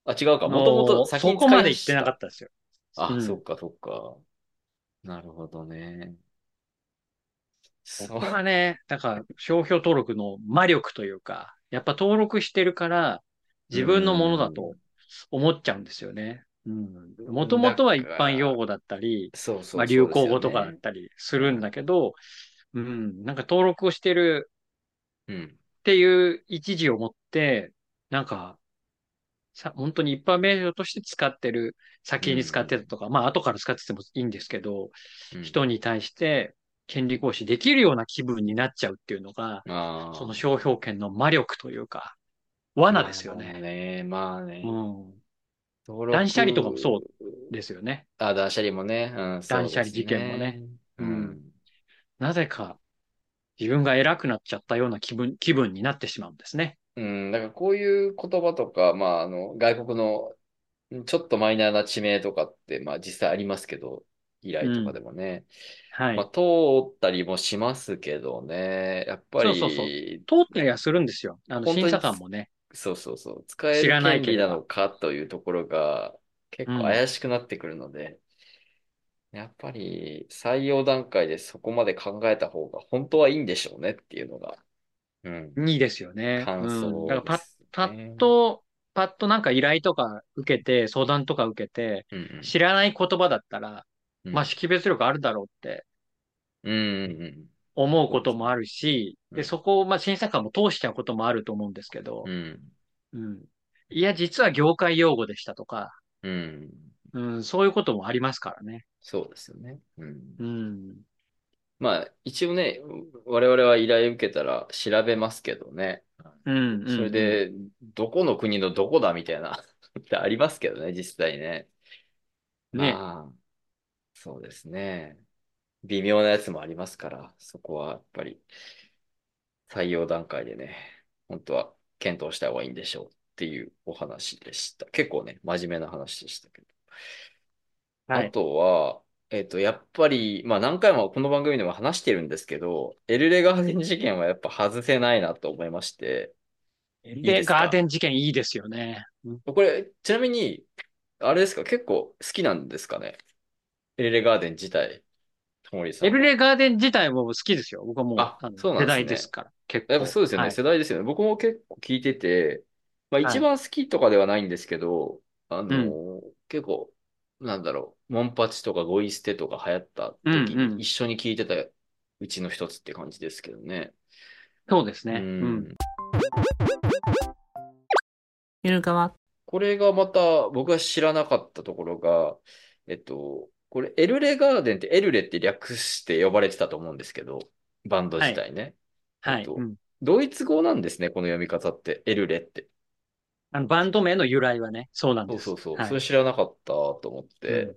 [SPEAKER 1] あ、違うか。もとも
[SPEAKER 4] あ
[SPEAKER 1] と
[SPEAKER 4] の
[SPEAKER 1] 先
[SPEAKER 4] そ
[SPEAKER 1] に
[SPEAKER 4] こ
[SPEAKER 1] 使い
[SPEAKER 4] まで
[SPEAKER 1] 出
[SPEAKER 4] 言ってなかったですよ。
[SPEAKER 1] た。あ、
[SPEAKER 4] うん
[SPEAKER 1] そっか、そっか。なるほどね。
[SPEAKER 4] そ
[SPEAKER 1] そ
[SPEAKER 4] こ
[SPEAKER 1] う。
[SPEAKER 4] がね、だから商標登録の魔力というか、やっぱ登録してるから自分のものだと思っちゃうんですよね。もともとは一般用語だったり、
[SPEAKER 1] そうそう
[SPEAKER 4] まあ、
[SPEAKER 1] そ
[SPEAKER 4] 流
[SPEAKER 1] うですよ
[SPEAKER 4] 行語とかだ
[SPEAKER 1] ね
[SPEAKER 4] ったりするんだけど、うん、なんか登録をしてる
[SPEAKER 1] うん。
[SPEAKER 4] っていう一時を持って、なんか、さ、本当に一般名称として使ってる、先に使ってたとか、まあ後から使っててもいいんですけど、
[SPEAKER 1] うん
[SPEAKER 4] 人に対して権利行使できるような気分になっちゃうっていうのが、
[SPEAKER 1] ああ。
[SPEAKER 4] その商標権の魔力というか、罠ですよ
[SPEAKER 1] まあ
[SPEAKER 4] ね。
[SPEAKER 1] ね、まあね。
[SPEAKER 4] うん。
[SPEAKER 1] 登録
[SPEAKER 4] 断捨離とかもそうですよね。
[SPEAKER 1] あ、断捨離もね。うん、そうです
[SPEAKER 4] 断捨離事件もね。
[SPEAKER 1] う。
[SPEAKER 4] うんなぜか自分が偉くなっちゃったような気分、気分になってしまうんですね。
[SPEAKER 1] うん、だからこういう言葉とか、まあ、あの、外国のうんちょっとマイナーな地名とかって、まあ実際ありますけど、依頼とかでもね。
[SPEAKER 4] はい。
[SPEAKER 1] まあ、通ったりもしますけどね。やっぱ
[SPEAKER 4] そう
[SPEAKER 1] り、
[SPEAKER 4] そうそう通ったりはするんですよ。あ
[SPEAKER 1] 本
[SPEAKER 4] の、
[SPEAKER 1] 当に
[SPEAKER 4] 審査官もね。
[SPEAKER 1] そうそうそう、使え
[SPEAKER 4] 知ら
[SPEAKER 1] る
[SPEAKER 4] ない
[SPEAKER 1] 権利
[SPEAKER 4] け
[SPEAKER 1] な
[SPEAKER 4] ど
[SPEAKER 1] のかというところが結構怪しくなってくるので、やっぱり採用段階でそこまで考えた方が本当はいいんでしょうねっていうのが、うん、
[SPEAKER 4] いいですよね。
[SPEAKER 1] 感
[SPEAKER 4] うん。だ
[SPEAKER 1] 想
[SPEAKER 4] からパッ、
[SPEAKER 1] です
[SPEAKER 4] パ
[SPEAKER 1] ね
[SPEAKER 4] ッ。と、パッとなんか依頼とか受けて、相談とか受けて、
[SPEAKER 1] うんうん
[SPEAKER 4] 知らない言葉だったら、
[SPEAKER 1] うん
[SPEAKER 4] まあ識別力あるだろうって
[SPEAKER 1] うんうんうん。
[SPEAKER 4] 思うこともあるし、
[SPEAKER 1] うん
[SPEAKER 4] で、そこをまあ審査官も通しちゃうこともあると思うんですけど
[SPEAKER 1] う、ん。
[SPEAKER 4] うん。いや、実は業界用語でしたとか、
[SPEAKER 1] うん。
[SPEAKER 4] うん、そういうこともありますからね。
[SPEAKER 1] そうですよね。うん。
[SPEAKER 4] うん。
[SPEAKER 1] まあ、一応ね、我々は依頼受けたら調べますけどね。
[SPEAKER 4] うん。うん
[SPEAKER 1] それ、で、どこの国のどこだみたいなってありますけどね、実際ね。
[SPEAKER 4] ね。
[SPEAKER 1] まあ、そうですね。微妙なやつもありますから、そこはやっぱり採用段階でね、本当は検討した方がいいんでしょうっていうお話でした。結構ね、真面目な話でしたけど。
[SPEAKER 4] は
[SPEAKER 1] あ
[SPEAKER 4] い。
[SPEAKER 1] とは、えっと、やっぱり、まあ何回もこの番組でも話してるんですけど、エルレガーデン事件はやっぱ外せないなと思いまして、いい
[SPEAKER 4] で、
[SPEAKER 1] ですか
[SPEAKER 4] ガーデン事件いいですよね。
[SPEAKER 1] これ、ちなみに、あれですか、結構好きなんですかね。エレレガーデン自体。ともりさん。
[SPEAKER 4] エルレガーデン自体も好きですよ。僕はもう、
[SPEAKER 1] あ
[SPEAKER 4] あの
[SPEAKER 1] そうなんですね
[SPEAKER 4] 世代ですから。結構。
[SPEAKER 1] やっぱそうですよね、
[SPEAKER 4] はい
[SPEAKER 1] 世代ですよね。僕も結構聞いてて、まあ
[SPEAKER 4] はい
[SPEAKER 1] 一番好きとかではないんですけど、あの、結構、なんだろう、モンパチとかゴイ捨てとか流行った時
[SPEAKER 4] うんうん
[SPEAKER 1] に一緒に聞いてたうちの一つって感じですけどね。
[SPEAKER 4] そうですね。
[SPEAKER 1] う
[SPEAKER 4] うん。
[SPEAKER 1] ん。
[SPEAKER 5] ゆるかわ。
[SPEAKER 1] これがまた僕が知らなかったところが、えっと、これエルレガーデンってエルレって略して呼ばれてたと思うんですけど、バンド自体ね。
[SPEAKER 4] はい。
[SPEAKER 1] えっと
[SPEAKER 4] うん
[SPEAKER 1] ドイツ語なんですね、この読み方って。エルレって。
[SPEAKER 4] あのバンド名の由来はね、そうなん
[SPEAKER 1] そう
[SPEAKER 4] です。
[SPEAKER 1] そうそう。
[SPEAKER 4] はい
[SPEAKER 1] それ知らなかったと思って。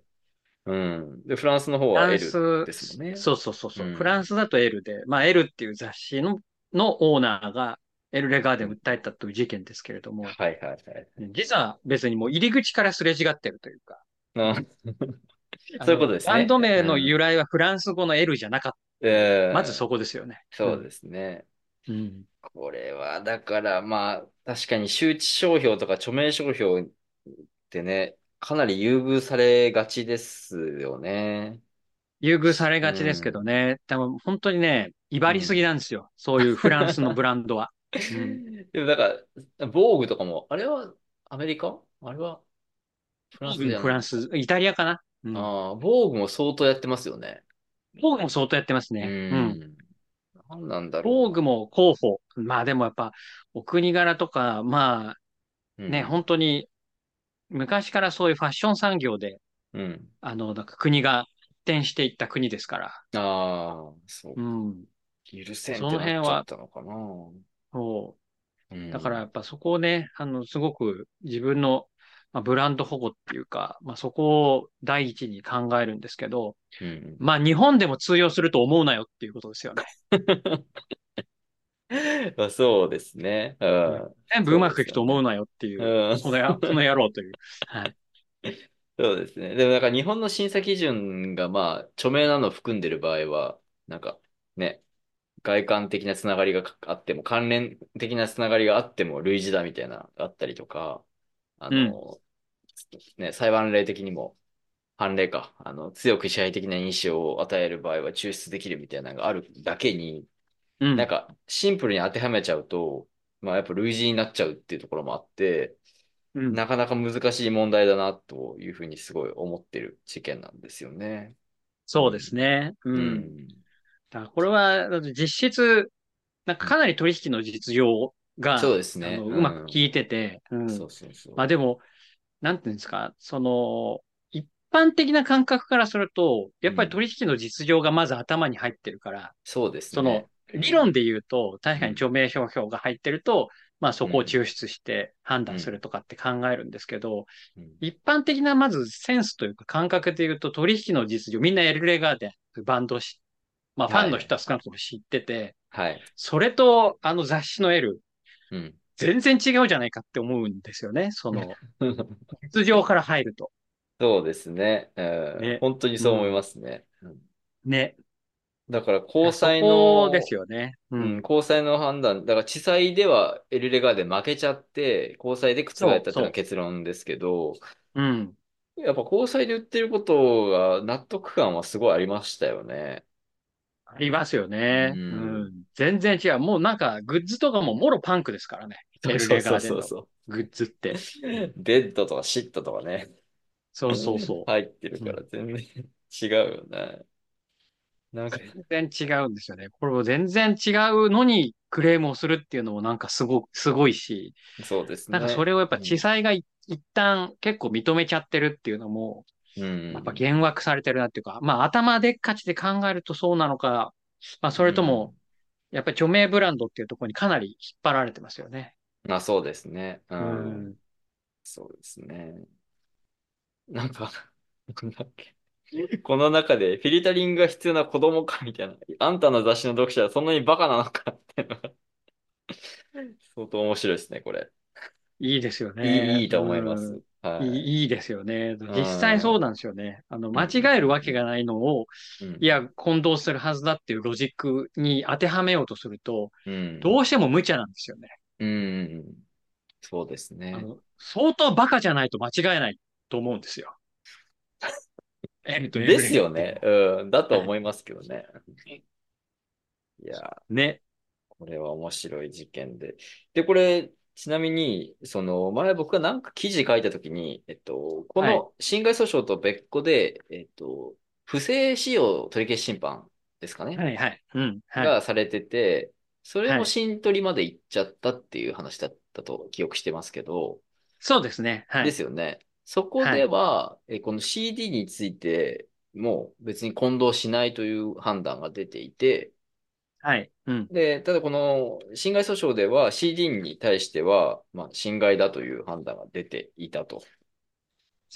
[SPEAKER 1] うん。で、フランスの方
[SPEAKER 4] フ
[SPEAKER 1] は
[SPEAKER 4] ラン
[SPEAKER 1] L
[SPEAKER 4] ス、
[SPEAKER 1] ですもんね。
[SPEAKER 4] そうそうそうそう、
[SPEAKER 1] うん
[SPEAKER 4] フランスだと L で、まあ L っていう雑誌ののオーナーがエルレガーデンを訴えたという事件ですけれども、
[SPEAKER 1] はいはいはい。
[SPEAKER 4] 実は別にもう入り口からすれ違ってるというか。
[SPEAKER 1] うんそういうことですね
[SPEAKER 4] あのバンド名の由来はフランス語の L じゃなかっ
[SPEAKER 1] え
[SPEAKER 4] た。
[SPEAKER 1] ー
[SPEAKER 4] まずそこですよね。
[SPEAKER 1] そうですね。
[SPEAKER 4] うん。
[SPEAKER 1] これは、だから、まあ、確かに周知商標とか著名商標ってね、かなり優遇されがちですよね。
[SPEAKER 4] 優遇されがちですけどね。でも本当にね、威張りすぎなんですよ。そういうフランスのブランドは。うん
[SPEAKER 1] でも、だから、防具とかも、あれはアメリカあれはフランスじゃない
[SPEAKER 4] フランス、イタリアかな。うん。
[SPEAKER 1] ああ、防具も相当やってますよね。
[SPEAKER 4] 防具も相当やってますね。うん。
[SPEAKER 1] うん。何なんだろ
[SPEAKER 4] 防具も候補。まあでもやっぱ、お国柄とか、ま
[SPEAKER 1] う。
[SPEAKER 4] あね、
[SPEAKER 1] うん、
[SPEAKER 4] 本当に、昔からそういうファッション産業で、
[SPEAKER 1] うん。
[SPEAKER 4] あの、なんか国が発展していった国ですから。
[SPEAKER 1] ああ、そう
[SPEAKER 4] う。ん。
[SPEAKER 1] 許せんって
[SPEAKER 4] その辺
[SPEAKER 1] なっ
[SPEAKER 4] は
[SPEAKER 1] ちゃったのかな。
[SPEAKER 4] そうう。
[SPEAKER 1] ん
[SPEAKER 4] だからや、っぱそこをね、あの、すごく自分の、まあ、ブランド保護っていうか、まあそこを第一に考えるんですけど、
[SPEAKER 1] うん
[SPEAKER 4] まあ日本でも通用すると思うなよっていうことで すよね。
[SPEAKER 1] まあ、そうですね。うん。
[SPEAKER 4] 全部うまくいくと思うなよっていう、
[SPEAKER 1] うん
[SPEAKER 4] こ のや、この野郎という。はい。
[SPEAKER 1] そうですね。でも、なんか日本の審査基準が、まあ、著名なのを含んでる場合は、なんか、ね、外観的なつながりがあっても、関連的なつながりがあっても、類似だみたいなのがあったりとか、あの、ね、裁判例的にも、判例か、あの、強く支配的な印象を与える場合は抽出できるみたいなのがあるだけに、
[SPEAKER 4] うん。
[SPEAKER 1] なんか、シンプルに当てはめちゃうと、まあ、やっぱ類似になっちゃうっていうところもあって、
[SPEAKER 4] うん
[SPEAKER 1] なかなか難しい問題だなというふうにすごい思ってる事件なんですよね。
[SPEAKER 4] そうですね。う。
[SPEAKER 1] うんん。
[SPEAKER 4] だからこれは、だって実質、なんかかなり取引の実情が、
[SPEAKER 1] そうですね
[SPEAKER 4] あの
[SPEAKER 1] うん
[SPEAKER 4] うまく効いてて、うん
[SPEAKER 1] そうそうそう。
[SPEAKER 4] まあでも、なんていうんですか、その、一般的な感覚からすると、やっぱり取引の実情がまず頭に入ってるから、
[SPEAKER 1] そうです
[SPEAKER 4] その
[SPEAKER 1] ね。
[SPEAKER 4] 理論で言うと、確かに著名商標が入ってると、まあそこを抽出して判断するとかって考えるんですけど、
[SPEAKER 1] うん
[SPEAKER 4] 一般的なまずセンスというか感覚で言うと取引の実情、みんなエルレガーデンというバンドをし、まあファンの人は少なくとも知ってて、
[SPEAKER 1] はい。
[SPEAKER 4] それとあの雑誌の L、
[SPEAKER 1] うん。
[SPEAKER 4] 全然違うじゃないかって思うんですよね。そ の、実情から入ると。
[SPEAKER 1] そうですね。うん
[SPEAKER 4] ね
[SPEAKER 1] 本当にそう思いますね。うん
[SPEAKER 4] ね。
[SPEAKER 1] だから、交際
[SPEAKER 4] そ
[SPEAKER 1] の
[SPEAKER 4] こ、ですよね。う
[SPEAKER 1] うんん、。交際の判断、だから地裁ではエルレガーで負けちゃって、交際で覆ったっていうの
[SPEAKER 4] そうそ
[SPEAKER 1] が
[SPEAKER 4] う
[SPEAKER 1] 結論ですけど、
[SPEAKER 4] うん。
[SPEAKER 1] やっぱ交際で言ってることが納得感はすごいありましたよね。
[SPEAKER 4] ありますよね。う
[SPEAKER 1] うんん。
[SPEAKER 4] 全然違う。もうなんか、グッズとかももろパンクで すからね。エルレガーデン
[SPEAKER 1] そうそう
[SPEAKER 4] の
[SPEAKER 1] そうそう。
[SPEAKER 4] グッズって。
[SPEAKER 1] ベッドとかシットとかね、
[SPEAKER 4] そうそうそう。
[SPEAKER 1] 入ってるから全然違うよね。なんか、
[SPEAKER 4] 全然違うんですよね。これを全然違うのにクレームをするっていうのもなんかすご、すごいし、
[SPEAKER 1] そうです
[SPEAKER 4] な
[SPEAKER 1] ね。
[SPEAKER 4] んかそれをやっぱ地裁がい一旦結構認めちゃってるっていうのも、
[SPEAKER 1] うん、
[SPEAKER 4] やっぱ幻惑されてるなっていうか、まあ頭でっかちで考えるとそうなのか、まあそれとも、やっぱり著名ブランドっていうところにかなり引っ張られてますよね。
[SPEAKER 1] まあそうですね。う。
[SPEAKER 4] うん
[SPEAKER 1] そうですね。なんか、なんだっけ。この中でフィルタリングが必要な子供かみたいな。あんたの雑誌の読者はそんなにバカなのかっていうのが相当面白いですね、これ。
[SPEAKER 4] いいですよ
[SPEAKER 1] いい、
[SPEAKER 4] ね。
[SPEAKER 1] いいと思います。
[SPEAKER 4] うん。
[SPEAKER 1] はいい。
[SPEAKER 4] いいいですよね。実際そうなんですよね。あの、間違えるわけがないのを、
[SPEAKER 1] うん
[SPEAKER 4] い、や、混同するはずだっていうロジックに当てはめようとすると、
[SPEAKER 1] うん。
[SPEAKER 4] どうしても無茶なんですよね。
[SPEAKER 1] うん。そうですね
[SPEAKER 4] あ。の相当バカじゃないと間違えないと思うんですよ。エルとエブリン
[SPEAKER 1] ですよね。うん。だと思いますけどね。いやー、ね。これは面白い事件で。で、これ、ちなみに、その、前僕がなんか記事書いたときに、えっと、こ
[SPEAKER 4] はい
[SPEAKER 1] の侵害訴訟と別個で、えっと、不正使用取り消し審判ですかね。
[SPEAKER 4] はいはい。うん。はい。
[SPEAKER 1] がされてて、それ
[SPEAKER 4] は
[SPEAKER 1] も
[SPEAKER 4] い
[SPEAKER 1] 新取りまで行っちゃったっていう話だったと記憶してますけど、
[SPEAKER 4] そうですね。は
[SPEAKER 1] で
[SPEAKER 4] い。
[SPEAKER 1] すよね。そこでは、えこの CD について、もう別に混同しないという判断が出ていて、
[SPEAKER 4] はい。うん。
[SPEAKER 1] で、ただこの侵害訴訟では CD に対しては、まあ、侵害だという判断が出ていたと。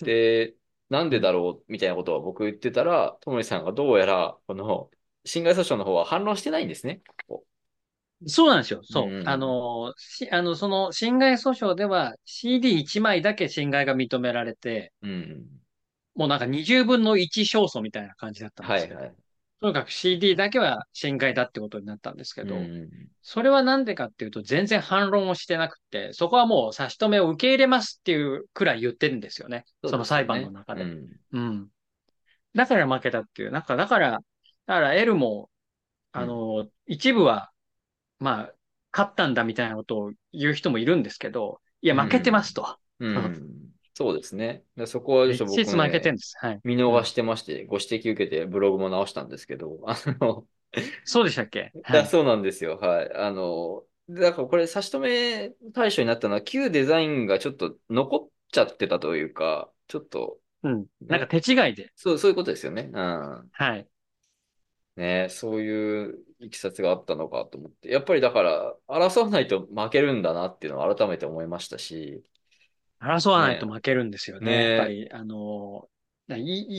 [SPEAKER 1] で、なんでだろうみたいなことを僕言ってたら、ともりさんがどうやら、この侵害訴訟の方は反論してないんですね。こ
[SPEAKER 4] そうなんですよ。そう。
[SPEAKER 1] うん
[SPEAKER 4] あの、し、あの、その、侵害訴訟では CD1 枚だけ侵害が認められて、
[SPEAKER 1] こうん。
[SPEAKER 4] もうなんか20分の1勝訴みたいな感じだったん
[SPEAKER 1] は
[SPEAKER 4] ですけ
[SPEAKER 1] い
[SPEAKER 4] ど、
[SPEAKER 1] はい。
[SPEAKER 4] とにかく CD だけは侵害だってことになったんですけど、
[SPEAKER 1] うん
[SPEAKER 4] それはなんでかっていうと、全然反論をしてなくて、そこはもう差し止めを受け入れますっていうくらい言ってるんですよね。その裁判の中で。
[SPEAKER 1] う
[SPEAKER 4] うんん。だから負けたっていう、なんか、だから、だから L も、あの、一部は、まあ、勝ったんだみたいなことを言う人もいるんですけど、いや、負けてますと。
[SPEAKER 1] うんそうですね。でそこはちょっと僕
[SPEAKER 4] 実質
[SPEAKER 1] も
[SPEAKER 4] 負けて
[SPEAKER 1] ね
[SPEAKER 4] るんです。はい。
[SPEAKER 1] 見逃してまして、ご指摘受けてブログも直したんですけど、あの、
[SPEAKER 4] そうでしたっけは
[SPEAKER 1] だ
[SPEAKER 4] い。
[SPEAKER 1] そうなんですよ。はい。あの、だからこれ差し止め対象になったのは、旧デザインがちょっと残っちゃってたというか、ちょっと、
[SPEAKER 4] うん。なんか手違いで。
[SPEAKER 1] そう、そういうことですよね。うん。
[SPEAKER 4] はい。
[SPEAKER 1] ね、そういういきさつがあったのかと思って。やっぱりだから、争わないと負けるんだなっていうのを改めて思いましたし、
[SPEAKER 4] 争わないと負けるんですよね。
[SPEAKER 1] ねえ
[SPEAKER 4] やっぱり、あの、い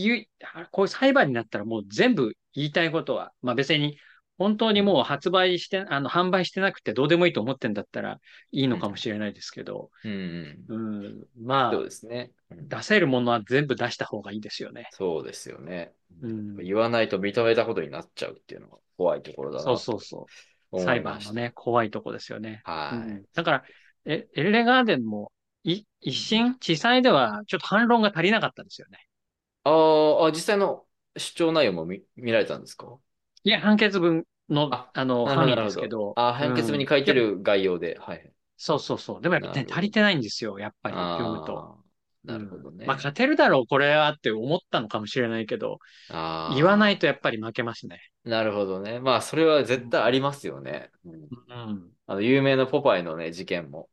[SPEAKER 4] 言いこういう裁判になったらもう全部言いたいことは、まあ別に本当にもう発売して、あの、販売してなくてどうでもいいと思ってんだったらいいのかもしれないですけど、
[SPEAKER 1] うんうん。
[SPEAKER 4] うん、まあ
[SPEAKER 1] そう、ですね。うん
[SPEAKER 4] 出せるものは全部出した方がいいですよね。
[SPEAKER 1] そうですよね。
[SPEAKER 4] うん。
[SPEAKER 1] 言わないと認めたことになっちゃうっていうのが怖いところだな
[SPEAKER 4] そう
[SPEAKER 1] と
[SPEAKER 4] そうそ
[SPEAKER 1] 思
[SPEAKER 4] う。
[SPEAKER 1] い
[SPEAKER 4] 裁
[SPEAKER 1] ま
[SPEAKER 4] 判
[SPEAKER 1] した
[SPEAKER 4] の。ね、怖いとこですよね。う
[SPEAKER 1] は
[SPEAKER 4] ん、だから、え、エルレガーデンも、い一審、地裁ではちょっと反論が足りなかったですよね。
[SPEAKER 1] い。あーあ、実際の主張内容も見、見られたんですか
[SPEAKER 4] いや、判決文の、
[SPEAKER 1] あ
[SPEAKER 4] あの、
[SPEAKER 1] なるほ
[SPEAKER 4] 範
[SPEAKER 1] ど
[SPEAKER 4] 囲ですけど。
[SPEAKER 1] あー判決文に書いて
[SPEAKER 4] うん。
[SPEAKER 1] る概要で。はい。
[SPEAKER 4] そうそうそう。でもやっぱ
[SPEAKER 1] なる
[SPEAKER 4] ね、
[SPEAKER 1] ほど
[SPEAKER 4] 足りてないんですよ、やっぱり、読むと。
[SPEAKER 1] あーなるほどね。
[SPEAKER 4] まあ、勝てるだろう、これはって思ったのかもしれないけど、
[SPEAKER 1] あー
[SPEAKER 4] 言わないとやっぱり負けますね。
[SPEAKER 1] なるほどね。まあ、それは絶対ありますよね。うん
[SPEAKER 4] うん。
[SPEAKER 1] あの、有名なポパイのね、事件も、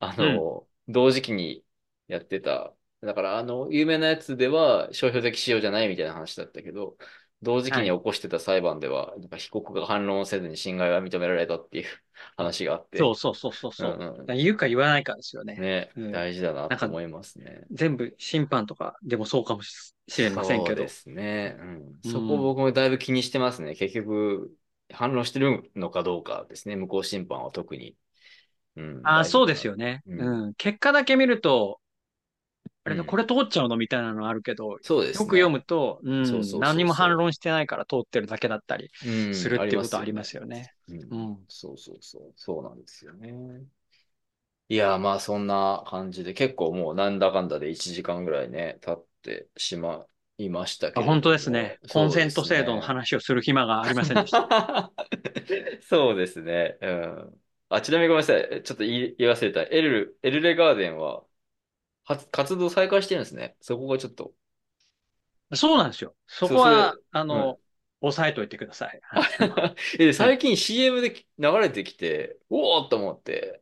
[SPEAKER 1] あの、同時期にやってた。だから、あの、有名なやつでは、商標的使用じゃないみたいな話だったけど、同時期に
[SPEAKER 4] は
[SPEAKER 1] 起こしてた裁判では、なんか被告が反論をせずに侵害が認められたっていう 話があって。
[SPEAKER 4] そうそうそうそうそう。
[SPEAKER 1] うんうんうん
[SPEAKER 4] だから言うか言わないかですよね。
[SPEAKER 1] ね、
[SPEAKER 4] うん
[SPEAKER 1] 大事だな
[SPEAKER 4] なん
[SPEAKER 1] と
[SPEAKER 4] か
[SPEAKER 1] 思いますね。
[SPEAKER 4] 全部審判とかでもそうかもしれません
[SPEAKER 1] そ
[SPEAKER 4] け
[SPEAKER 1] う
[SPEAKER 4] ど
[SPEAKER 1] で。すね。う。
[SPEAKER 4] うんん
[SPEAKER 1] そこ僕もだいぶ気にしてますね。結局、反論してるのかどうかですね。無効審判は特に。うん。大
[SPEAKER 4] ああ、
[SPEAKER 1] 事だな
[SPEAKER 4] そうですよね。
[SPEAKER 1] うん
[SPEAKER 4] うん。結果だけ見ると、あれ
[SPEAKER 1] うん
[SPEAKER 4] これ通っちゃうのみたいなのあるけど、よ
[SPEAKER 1] そうで
[SPEAKER 4] く
[SPEAKER 1] すね。
[SPEAKER 4] 読むと、うん
[SPEAKER 1] そうそうそうそう
[SPEAKER 4] 何にも反論してないから通ってるだけだったり
[SPEAKER 1] うん
[SPEAKER 4] するっていうことありますよね。
[SPEAKER 1] よね。
[SPEAKER 4] う
[SPEAKER 1] うん
[SPEAKER 4] ん。
[SPEAKER 1] そうそうそう。そうなんですよね。いやー、まあそんな感じで、結構もうなんだかんだで1時間ぐらいね、経ってしまいましたけれ
[SPEAKER 4] あ
[SPEAKER 1] ども
[SPEAKER 4] 本当ですね。コンセント制度
[SPEAKER 1] そうで
[SPEAKER 4] の
[SPEAKER 1] すね
[SPEAKER 4] 話をする暇がありませんでした。
[SPEAKER 1] そうですね。うん。あ、ちなみにごめんなさい。ちょっと言い、言い忘れた。エル、エルレガーデンは、は、活動再開してるんですね。そこがちょっと。
[SPEAKER 4] そうなんですよ。そ
[SPEAKER 1] そ
[SPEAKER 4] こ
[SPEAKER 1] う
[SPEAKER 4] は
[SPEAKER 1] そ、
[SPEAKER 4] あの、押さえといてください。はい
[SPEAKER 1] え、最近 CM でき流れてきて、おおと思って、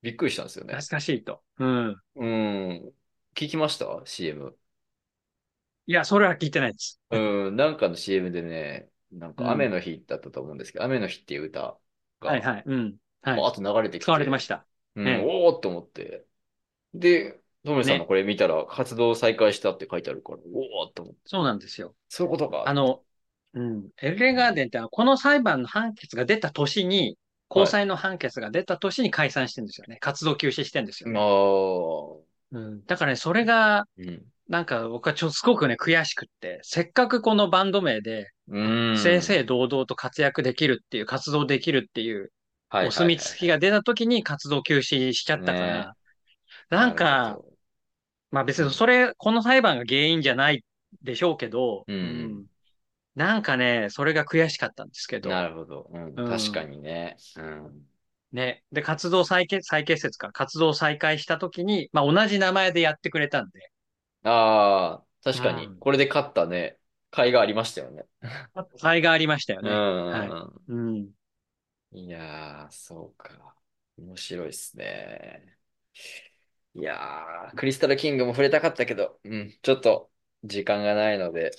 [SPEAKER 1] びっくりしたんですよね
[SPEAKER 4] 懐。かしいと。うん。
[SPEAKER 1] うん。聞きました ?CM。
[SPEAKER 4] いや、それは聞いてないです。
[SPEAKER 1] うん。なんかの CM でね、なん
[SPEAKER 4] う
[SPEAKER 1] か
[SPEAKER 4] ん
[SPEAKER 1] 雨の日だったと思うんですけど、雨の日っていう歌が、
[SPEAKER 4] はいはい。うん。はい
[SPEAKER 1] バーッと流れてき
[SPEAKER 4] 使われてま
[SPEAKER 1] た
[SPEAKER 4] した。
[SPEAKER 1] うん、
[SPEAKER 4] ええ
[SPEAKER 1] おーっと思って。で、トムリさんの
[SPEAKER 4] ね
[SPEAKER 1] これ見たら、活動再開したって書いてあるから、おーっと思って。
[SPEAKER 4] そうなんですよ。
[SPEAKER 1] そういうことか。
[SPEAKER 4] あの、うん。エルレガーデンってのは、この裁判の判決が出た年に、高裁の判決が出た年に解散してるんですよね。活動休止してるんですよね。うん。だからね、それが、
[SPEAKER 1] あー、うん。
[SPEAKER 4] なんか僕はちょ、すごくね、悔しくって、せっかくこのバンド名で、
[SPEAKER 1] うーん。
[SPEAKER 4] 正々堂々と活躍できるっていう、活動できるっていう、
[SPEAKER 1] はいはいはい
[SPEAKER 4] お墨付きが出た時に活動休止しちゃったから、
[SPEAKER 1] ね
[SPEAKER 4] なんか、まあ別にそれ、この裁判が原因じゃないでしょうけど、
[SPEAKER 1] うん
[SPEAKER 4] なんかね、それが悔しかったんですけど、
[SPEAKER 1] なるほど。うん、
[SPEAKER 4] うん
[SPEAKER 1] 確かにね。うん。
[SPEAKER 4] ね。で、活動再結、再結成ですか、活動再開した時に、まあ同じ名前でやってくれたんで、
[SPEAKER 1] ああ、確かに
[SPEAKER 4] う。ん
[SPEAKER 1] これで勝ったね。甲斐がありましたよね。
[SPEAKER 4] 甲斐がありましたよ
[SPEAKER 1] う
[SPEAKER 4] ね。
[SPEAKER 1] ん。
[SPEAKER 4] はうん。
[SPEAKER 1] いやー、そうか。面白いっすね。いやー、クリスタルキングも触れたかったけど、うん、ちょっと時間がないので、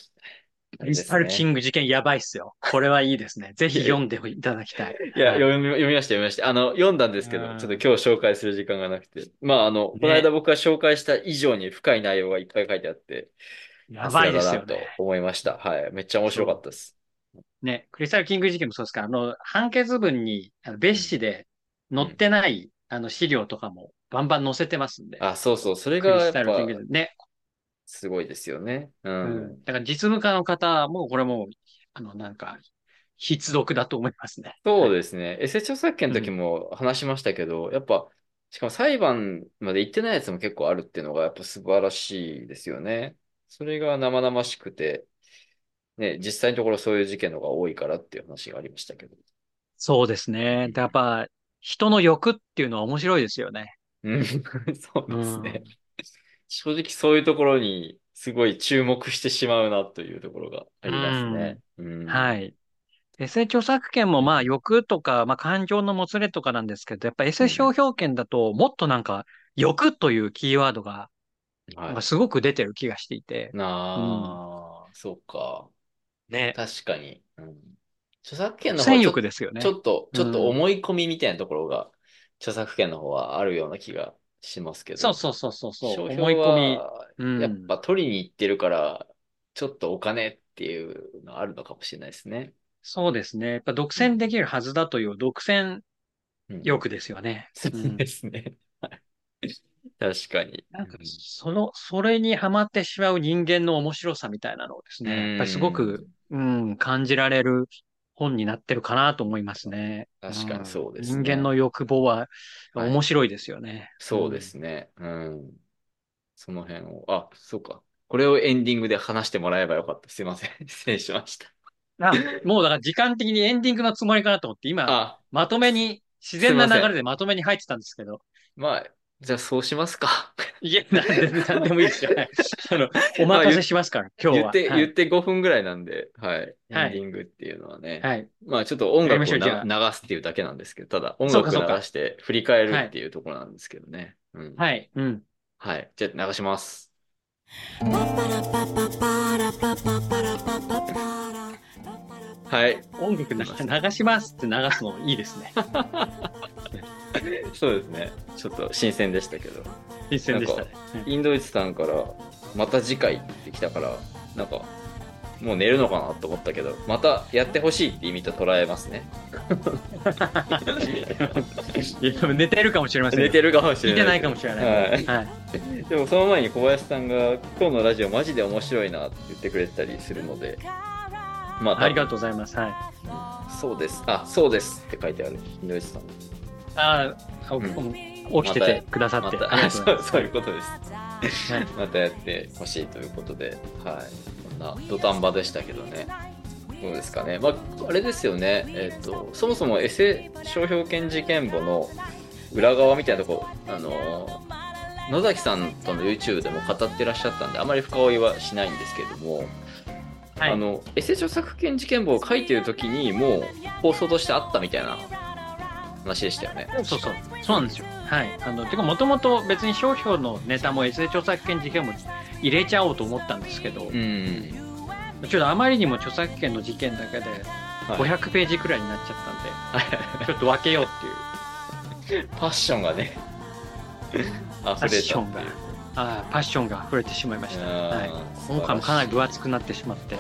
[SPEAKER 1] あ
[SPEAKER 4] ク
[SPEAKER 1] れ
[SPEAKER 4] リ
[SPEAKER 1] です
[SPEAKER 4] スタルキ
[SPEAKER 1] ね。
[SPEAKER 4] ング事件やばいっすよ。これはいいですね。ぜひ読んでいただきたい。
[SPEAKER 1] いや、
[SPEAKER 4] はい
[SPEAKER 1] 読み、読みました、読みました。あの、読んだんですけど、
[SPEAKER 4] うん
[SPEAKER 1] ちょっと今日紹介する時間がなくて。まあ、あの、この間僕が紹介した以上に深い内容がいっぱい書いてあって、
[SPEAKER 4] やばいです
[SPEAKER 1] さ
[SPEAKER 4] よ
[SPEAKER 1] すがだな
[SPEAKER 4] ね。
[SPEAKER 1] と思いました。はい。めっちゃ面白かったです。
[SPEAKER 4] ね、クリスタルキング事件もそうですから、あの、判決文に、あの別紙で載ってない、あの、資料とかもバンバン載せてますんで。
[SPEAKER 1] あ、そうそう。それ
[SPEAKER 4] クリ
[SPEAKER 1] がや
[SPEAKER 4] ス
[SPEAKER 1] っ
[SPEAKER 4] タ
[SPEAKER 1] ぱ
[SPEAKER 4] ルキング事件。ね。
[SPEAKER 1] すごいですよね。う。
[SPEAKER 4] うんん。だから実務家の方も、これもう、あの、なんか、必読だと思いますね。
[SPEAKER 1] そうですね。エセ著作権の時も話しましたけど、やっぱ、しかも裁判まで行ってないやつも結構あるっていうのがやっぱ素晴らしいですよね。それが生々しくて、ね、実際のところそういう事件の方が多いからっていう話がありましたけど。
[SPEAKER 4] そうですね。やっぱ、人の欲っていうのは面白いですよね。
[SPEAKER 1] うん、 そうですね。正直そういうところにすごい注目してしまうなというところがありますね。うん。
[SPEAKER 4] はい。エセ著作権もまあ欲とか、まあ感情のもつれとかなんですけど、やっぱエセ商標権だともっとなんか欲というキーワードが
[SPEAKER 1] は
[SPEAKER 4] ないんかすごく出てる気がしていて、
[SPEAKER 1] なあ、そうか。
[SPEAKER 4] ね。
[SPEAKER 1] 確かに。うん、著作権の方
[SPEAKER 4] 戦
[SPEAKER 1] はちょっ
[SPEAKER 4] 欲ですよね
[SPEAKER 1] ち。ょっと、
[SPEAKER 4] うん
[SPEAKER 1] ちょっと思い込みみたいなところが、著作権の方はあるような気がしますけど。
[SPEAKER 4] そうそうそうそうそう。
[SPEAKER 1] 商
[SPEAKER 4] 思
[SPEAKER 1] 標
[SPEAKER 4] い込
[SPEAKER 1] は
[SPEAKER 4] み。うん。
[SPEAKER 1] やっぱ取りに行ってるから、ちょっとお金っていうのあるのかもしれないですね。
[SPEAKER 4] そうですね。やっぱ独占できるはずだという独占
[SPEAKER 1] うん
[SPEAKER 4] 欲ですよね。
[SPEAKER 1] そう
[SPEAKER 4] う ん
[SPEAKER 1] ですね。はい確かに。
[SPEAKER 4] なんか
[SPEAKER 1] う、
[SPEAKER 4] その、それにハマってしまう人間の面白さみたいなのをで
[SPEAKER 1] う
[SPEAKER 4] す
[SPEAKER 1] ん
[SPEAKER 4] ね、やっぱりすごく、うん、感じられる本になってるかなと思いますね。
[SPEAKER 1] 確かにそうです
[SPEAKER 4] ん
[SPEAKER 1] ね
[SPEAKER 4] 人間の欲望は
[SPEAKER 1] はい
[SPEAKER 4] 面白いですよね。
[SPEAKER 1] そうですね。うん。その辺を、あ、そうか。これをエンディングで話してもらえばよかった。すいません。 失礼しました。
[SPEAKER 4] あ、もうだから時間的にエンディングのつもりかなと思って、今、
[SPEAKER 1] あ、
[SPEAKER 4] まとめに、自然な
[SPEAKER 1] すいません
[SPEAKER 4] 流れでまとめに入ってたんですけど。
[SPEAKER 1] まあ、じゃあそうします か。
[SPEAKER 4] いや、なんで、なんでもいいですよ。はいあの、お任せしますから、今日
[SPEAKER 1] 言
[SPEAKER 4] は。
[SPEAKER 1] って、
[SPEAKER 4] はい
[SPEAKER 1] 言って5分ぐらいなんで、はい。
[SPEAKER 4] はい
[SPEAKER 1] エンディングっていうのはね。
[SPEAKER 4] はい。
[SPEAKER 1] まあちょっと音楽を
[SPEAKER 4] やりましょうじゃ
[SPEAKER 1] な流すっていうだけなんですけど、ただ音
[SPEAKER 4] そう
[SPEAKER 1] 楽
[SPEAKER 4] かそうか
[SPEAKER 1] 流して振り返るっていうところなんですけどね。うん。はい。
[SPEAKER 4] はい。うん。
[SPEAKER 1] じゃあ流します。
[SPEAKER 5] はい。
[SPEAKER 4] 音楽流流しますって流すのいいですね。
[SPEAKER 1] そうですね。ちょっと新鮮でしたけど。
[SPEAKER 4] 実践でしたね。
[SPEAKER 1] インドイツさんから、また次回って来たから、なんか、もう寝るのかなと思ったけど、またやってほしいって意味と捉えます ね。
[SPEAKER 4] いや寝てるかもしれませんよ。
[SPEAKER 1] 寝てるかもしれ
[SPEAKER 4] 聞い
[SPEAKER 1] な
[SPEAKER 4] て
[SPEAKER 1] い。
[SPEAKER 4] ないかもしれない。
[SPEAKER 1] はい
[SPEAKER 4] はい。
[SPEAKER 1] でもその前に小林さんが今日のラジオマジで面白いなって言ってくれてたりするので、まあ、
[SPEAKER 4] ありがとうございます。はい。
[SPEAKER 1] そうです。あ、そうですって書いてある。井上さん。
[SPEAKER 4] ああ、お
[SPEAKER 1] うん
[SPEAKER 4] 起きててくださ
[SPEAKER 1] ま
[SPEAKER 4] って。
[SPEAKER 1] た、
[SPEAKER 4] あり
[SPEAKER 1] あ
[SPEAKER 4] がとうご
[SPEAKER 1] そ
[SPEAKER 4] ざいうます
[SPEAKER 1] そういうことです。
[SPEAKER 4] はい
[SPEAKER 1] またやってほしいということで、はい。こんな土壇場でしたけどね。どうですかね。まあ、あれですよね。えっ、と、そもそもエセ商標権事件簿の裏側みたいなとこ、あのー野崎さんとの YouTube でも語ってらっしゃったんで、あまり深追いはしないんですけども、
[SPEAKER 4] はい
[SPEAKER 1] あの、エセ著作権事件簿を書いてる時にもう放送としてあったみたいな話でしたよね。
[SPEAKER 4] そうそう。そうなんですよ。はい。あの、てか、もともと別に商標のネタも SA 著作権事件も入れちゃおうと思ったんですけど、
[SPEAKER 1] うん。
[SPEAKER 4] ちょっとあまりにも著作権の事件だけで
[SPEAKER 1] はい
[SPEAKER 4] 500ページくらいになっちゃ ったんで、ちょっと分けようっていう。
[SPEAKER 1] パッションがね、
[SPEAKER 4] パ
[SPEAKER 1] 溢
[SPEAKER 4] ッ
[SPEAKER 1] れ
[SPEAKER 4] シ
[SPEAKER 1] た
[SPEAKER 4] ョ
[SPEAKER 1] っ
[SPEAKER 4] ン
[SPEAKER 1] て
[SPEAKER 4] が
[SPEAKER 1] いう。、
[SPEAKER 4] ああパッションが溢れてしまいました。はい。
[SPEAKER 1] うん
[SPEAKER 4] 今回もかなり分厚くなってしまって。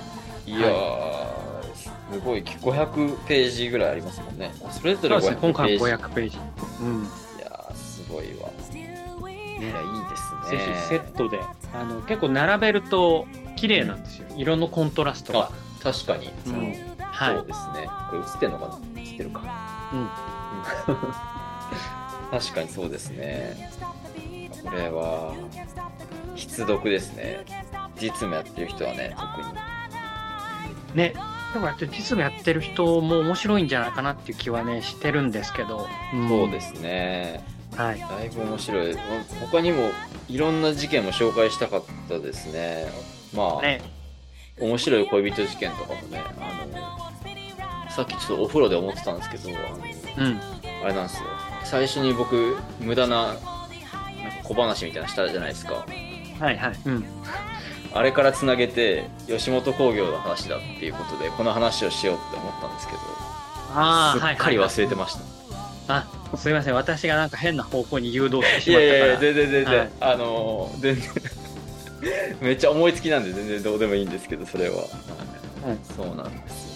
[SPEAKER 1] いやー、すごい、500ページぐらいありますもんね。それぞ
[SPEAKER 4] そう
[SPEAKER 1] れ
[SPEAKER 4] ですね、今
[SPEAKER 1] 500ペー
[SPEAKER 4] 回
[SPEAKER 1] ジ。
[SPEAKER 4] は500ページ。うん。
[SPEAKER 1] いやー、すごいわ。い
[SPEAKER 4] ね
[SPEAKER 1] や、いいです
[SPEAKER 4] ぜ
[SPEAKER 1] ね。
[SPEAKER 4] ひセットで、あの結構並べると綺麗なんですよ、色のコントラストが
[SPEAKER 1] あ、確かに。
[SPEAKER 4] うんは
[SPEAKER 1] そう
[SPEAKER 4] い
[SPEAKER 1] ですね。これ映ってるのかな映ってるか。うん。 確かにそうですね。これは、必読ですね。
[SPEAKER 2] 実務やってる人はね、特に。
[SPEAKER 4] ね、でもやって実務やってる人も面白いんじゃないかなっていう気はね、してるんですけど。
[SPEAKER 1] そうですね。
[SPEAKER 4] す。はい。
[SPEAKER 1] だいぶ面白い。他にもいろんな事件も紹介したかったですね。まあ、
[SPEAKER 4] ね、
[SPEAKER 1] 面白い恋人事件とかもね、あの、さっきちょっとお風呂で思ってたんですけど、あの
[SPEAKER 4] うん。
[SPEAKER 1] あれなんですよ。最初に僕、無駄な、なんか小話みたいなのしたじゃないですか。
[SPEAKER 4] はいはい。うん。
[SPEAKER 1] あれからつなげて、吉本興業の話だっていうことで、この話をしようって思ったんですけど、
[SPEAKER 4] ああ、
[SPEAKER 1] す
[SPEAKER 4] はい。
[SPEAKER 1] っかり忘れてました。
[SPEAKER 4] あ、すいません。私がなんか変な方向に誘導して
[SPEAKER 1] い
[SPEAKER 4] しま
[SPEAKER 1] やい
[SPEAKER 4] ったから。
[SPEAKER 1] やいや、全然全然、
[SPEAKER 4] はい
[SPEAKER 1] あのー、全然、 めっちゃ思いつきなんで、全然どうでもいいんですけど、それは。
[SPEAKER 4] はい
[SPEAKER 1] そうなんですよ。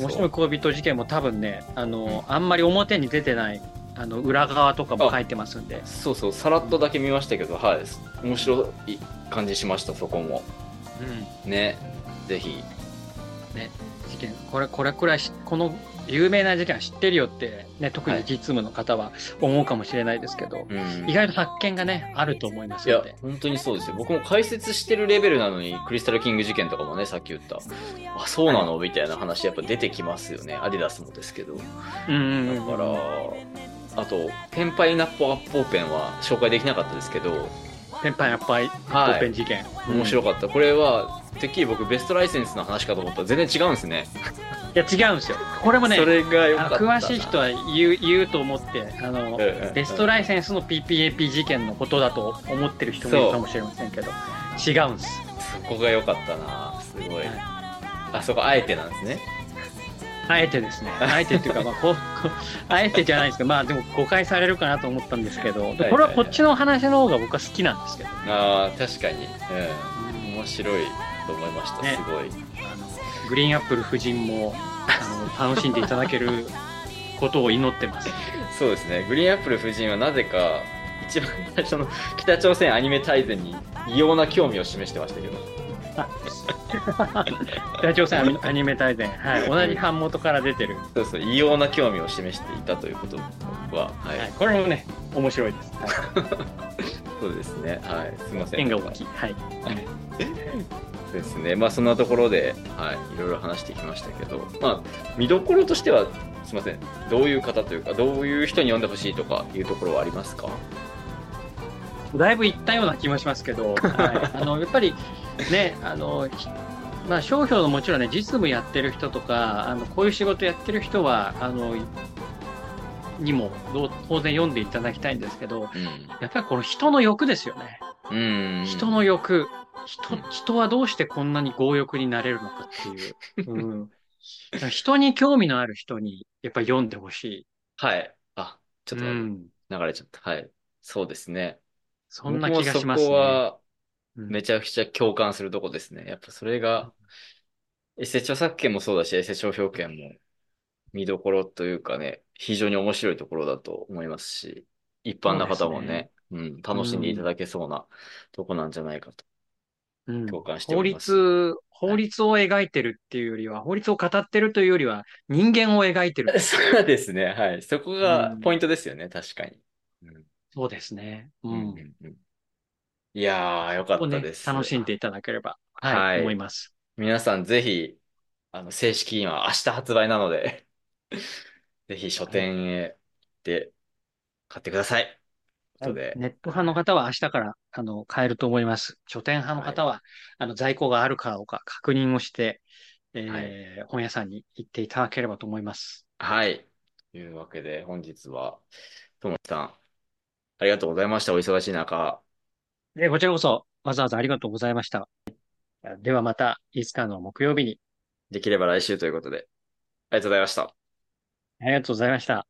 [SPEAKER 4] 面白い恋人事件も多分ね、あの、あんまり表に出てない、あの、裏側とかも書いてますんで。
[SPEAKER 1] そうそうそう、さらっとだけ見ましたけど、はい、面白い感じしました、そこも。
[SPEAKER 4] うん。
[SPEAKER 1] ね、ぜひ。
[SPEAKER 4] 事件これこれくらいしこの有名な事件は知ってるよって、ね、特
[SPEAKER 1] はい
[SPEAKER 4] に実務の方は思うかもしれないですけど、
[SPEAKER 1] うん
[SPEAKER 4] 意外と発見がねあると思います
[SPEAKER 1] いや
[SPEAKER 4] ので、
[SPEAKER 1] 本当にそうですよ。僕も解説してるレベルなのに、クリスタルキング事件とかもね、さっき言った、あ、そうなのみたいな話、やっぱ出てきますよね。アディダスもですけど。だ
[SPEAKER 4] うん
[SPEAKER 1] か
[SPEAKER 4] うんうん
[SPEAKER 1] ら、あと、ペンパイナッポアッポーペンは紹介できなかったですけど、
[SPEAKER 4] ペンパンやっぱ
[SPEAKER 1] はい
[SPEAKER 4] りボーペン事件、
[SPEAKER 1] 面白かった。これは、てっきり僕、ベストライセンスの話かと思ったら全然違うんですね。
[SPEAKER 4] いや違うんですよこれもね
[SPEAKER 1] それが良か
[SPEAKER 4] あ
[SPEAKER 1] っ
[SPEAKER 4] の
[SPEAKER 1] たな。
[SPEAKER 4] 詳しい人は言う言うと思ってあの、
[SPEAKER 1] うんうん
[SPEAKER 4] ベストライセンスの PPAP 事件のことだと思ってる人もいるかもしれませんけど違うんです
[SPEAKER 1] そこが良かったな。すごい。
[SPEAKER 4] い
[SPEAKER 1] あそこ、あえてなんですね。
[SPEAKER 4] あえてですね、あえて っていうか、まあ、こう、こうあえてじゃないですけど、まあ、でも誤解されるかなと思ったんですけど、でこれはこっちの話の方が僕は好きなんですけど、
[SPEAKER 1] ああ、確かに。うん。面白いと思いました。
[SPEAKER 4] ね
[SPEAKER 1] すごい。
[SPEAKER 4] あのグリーンアップル夫人もあの楽しんでいただけることを祈って ます。
[SPEAKER 1] そうですね、グリーンアップル夫人はなぜか、一番最初の 北朝鮮アニメ大全に異様な興味を示してましたけど、
[SPEAKER 4] 北朝鮮アニアニメ大全、はい、同じ版元から出てる、
[SPEAKER 1] そうそう、異様な興味を示していたということは、はい、
[SPEAKER 4] はい、これもね、面白いです。は
[SPEAKER 1] そうですね、はい、すみませ
[SPEAKER 4] い、
[SPEAKER 1] ん。
[SPEAKER 4] 縁が大きい。はい。
[SPEAKER 1] ですね、まあそんなところで、はい、いろいろ話してきましたけど、まあ、見どころとしては、すみません、どういう方というか、どういう人に読んでほしいとかいうところはありますか
[SPEAKER 4] だいぶいったような気もします けど、はい、あのやっぱりね、あのひまあ、商標のもちろんね、実務やってる人とか、あのこういう仕事やってる人は、あのにもどう当然読んでいただきたいんですけど、やっぱりこの人の欲ですよね。
[SPEAKER 1] うん。うん。
[SPEAKER 4] 人の欲。人
[SPEAKER 1] うん
[SPEAKER 4] 人はどうしてこんなに強欲になれるのかっていう。うん、だから人に興味のある人に、やっぱり読んでほしい。
[SPEAKER 1] はい。あ、ちょっと
[SPEAKER 4] うん、
[SPEAKER 1] 流れちゃった。はい。そうですね。
[SPEAKER 4] そんな気がしま
[SPEAKER 1] 僕も
[SPEAKER 4] す
[SPEAKER 1] そこ
[SPEAKER 4] ね。
[SPEAKER 1] はめちゃくちゃ共感するとこですね。やっぱそれが、エセ著作権もそうだし、エセ商標権も見どころというかね、非常に面白いところだと思いますし、一般の方もね、うん、楽しんでいただけそうなとこなんじゃないかと
[SPEAKER 4] うん
[SPEAKER 1] 共感してお
[SPEAKER 4] 法
[SPEAKER 1] ります。
[SPEAKER 4] 律、法律を描いてるっていうよりは、法律を語ってるというよりは、人間を描いてる。
[SPEAKER 1] そうですね。はい。そこがポイントですよね。確かに。うん
[SPEAKER 4] そうですね。う。
[SPEAKER 1] うんんうんいやー、よか
[SPEAKER 4] を
[SPEAKER 1] っ
[SPEAKER 4] ね
[SPEAKER 1] たです。
[SPEAKER 4] 楽しんでいただければ、はい、
[SPEAKER 1] はい
[SPEAKER 4] 思います。
[SPEAKER 1] 皆さんぜひ、あの、正式には明日発売なので、 ぜひ書店へ行って買ってください。ということで、
[SPEAKER 4] ネット派の方は明日から、あの、買えると思います。書店派の方は、あの、在庫があるかどうか確認をして、えー本屋さんに行っていただければと思います。
[SPEAKER 1] はい。というわけで、本日は、ともきさん、ありがとうございました。お忙しい中。
[SPEAKER 4] で、こちらこそ、わざわざありがとうございました。ではまた、いつかの木曜日に、
[SPEAKER 1] できれば来週ということで、ありがとうございました。
[SPEAKER 4] ありがとうございました。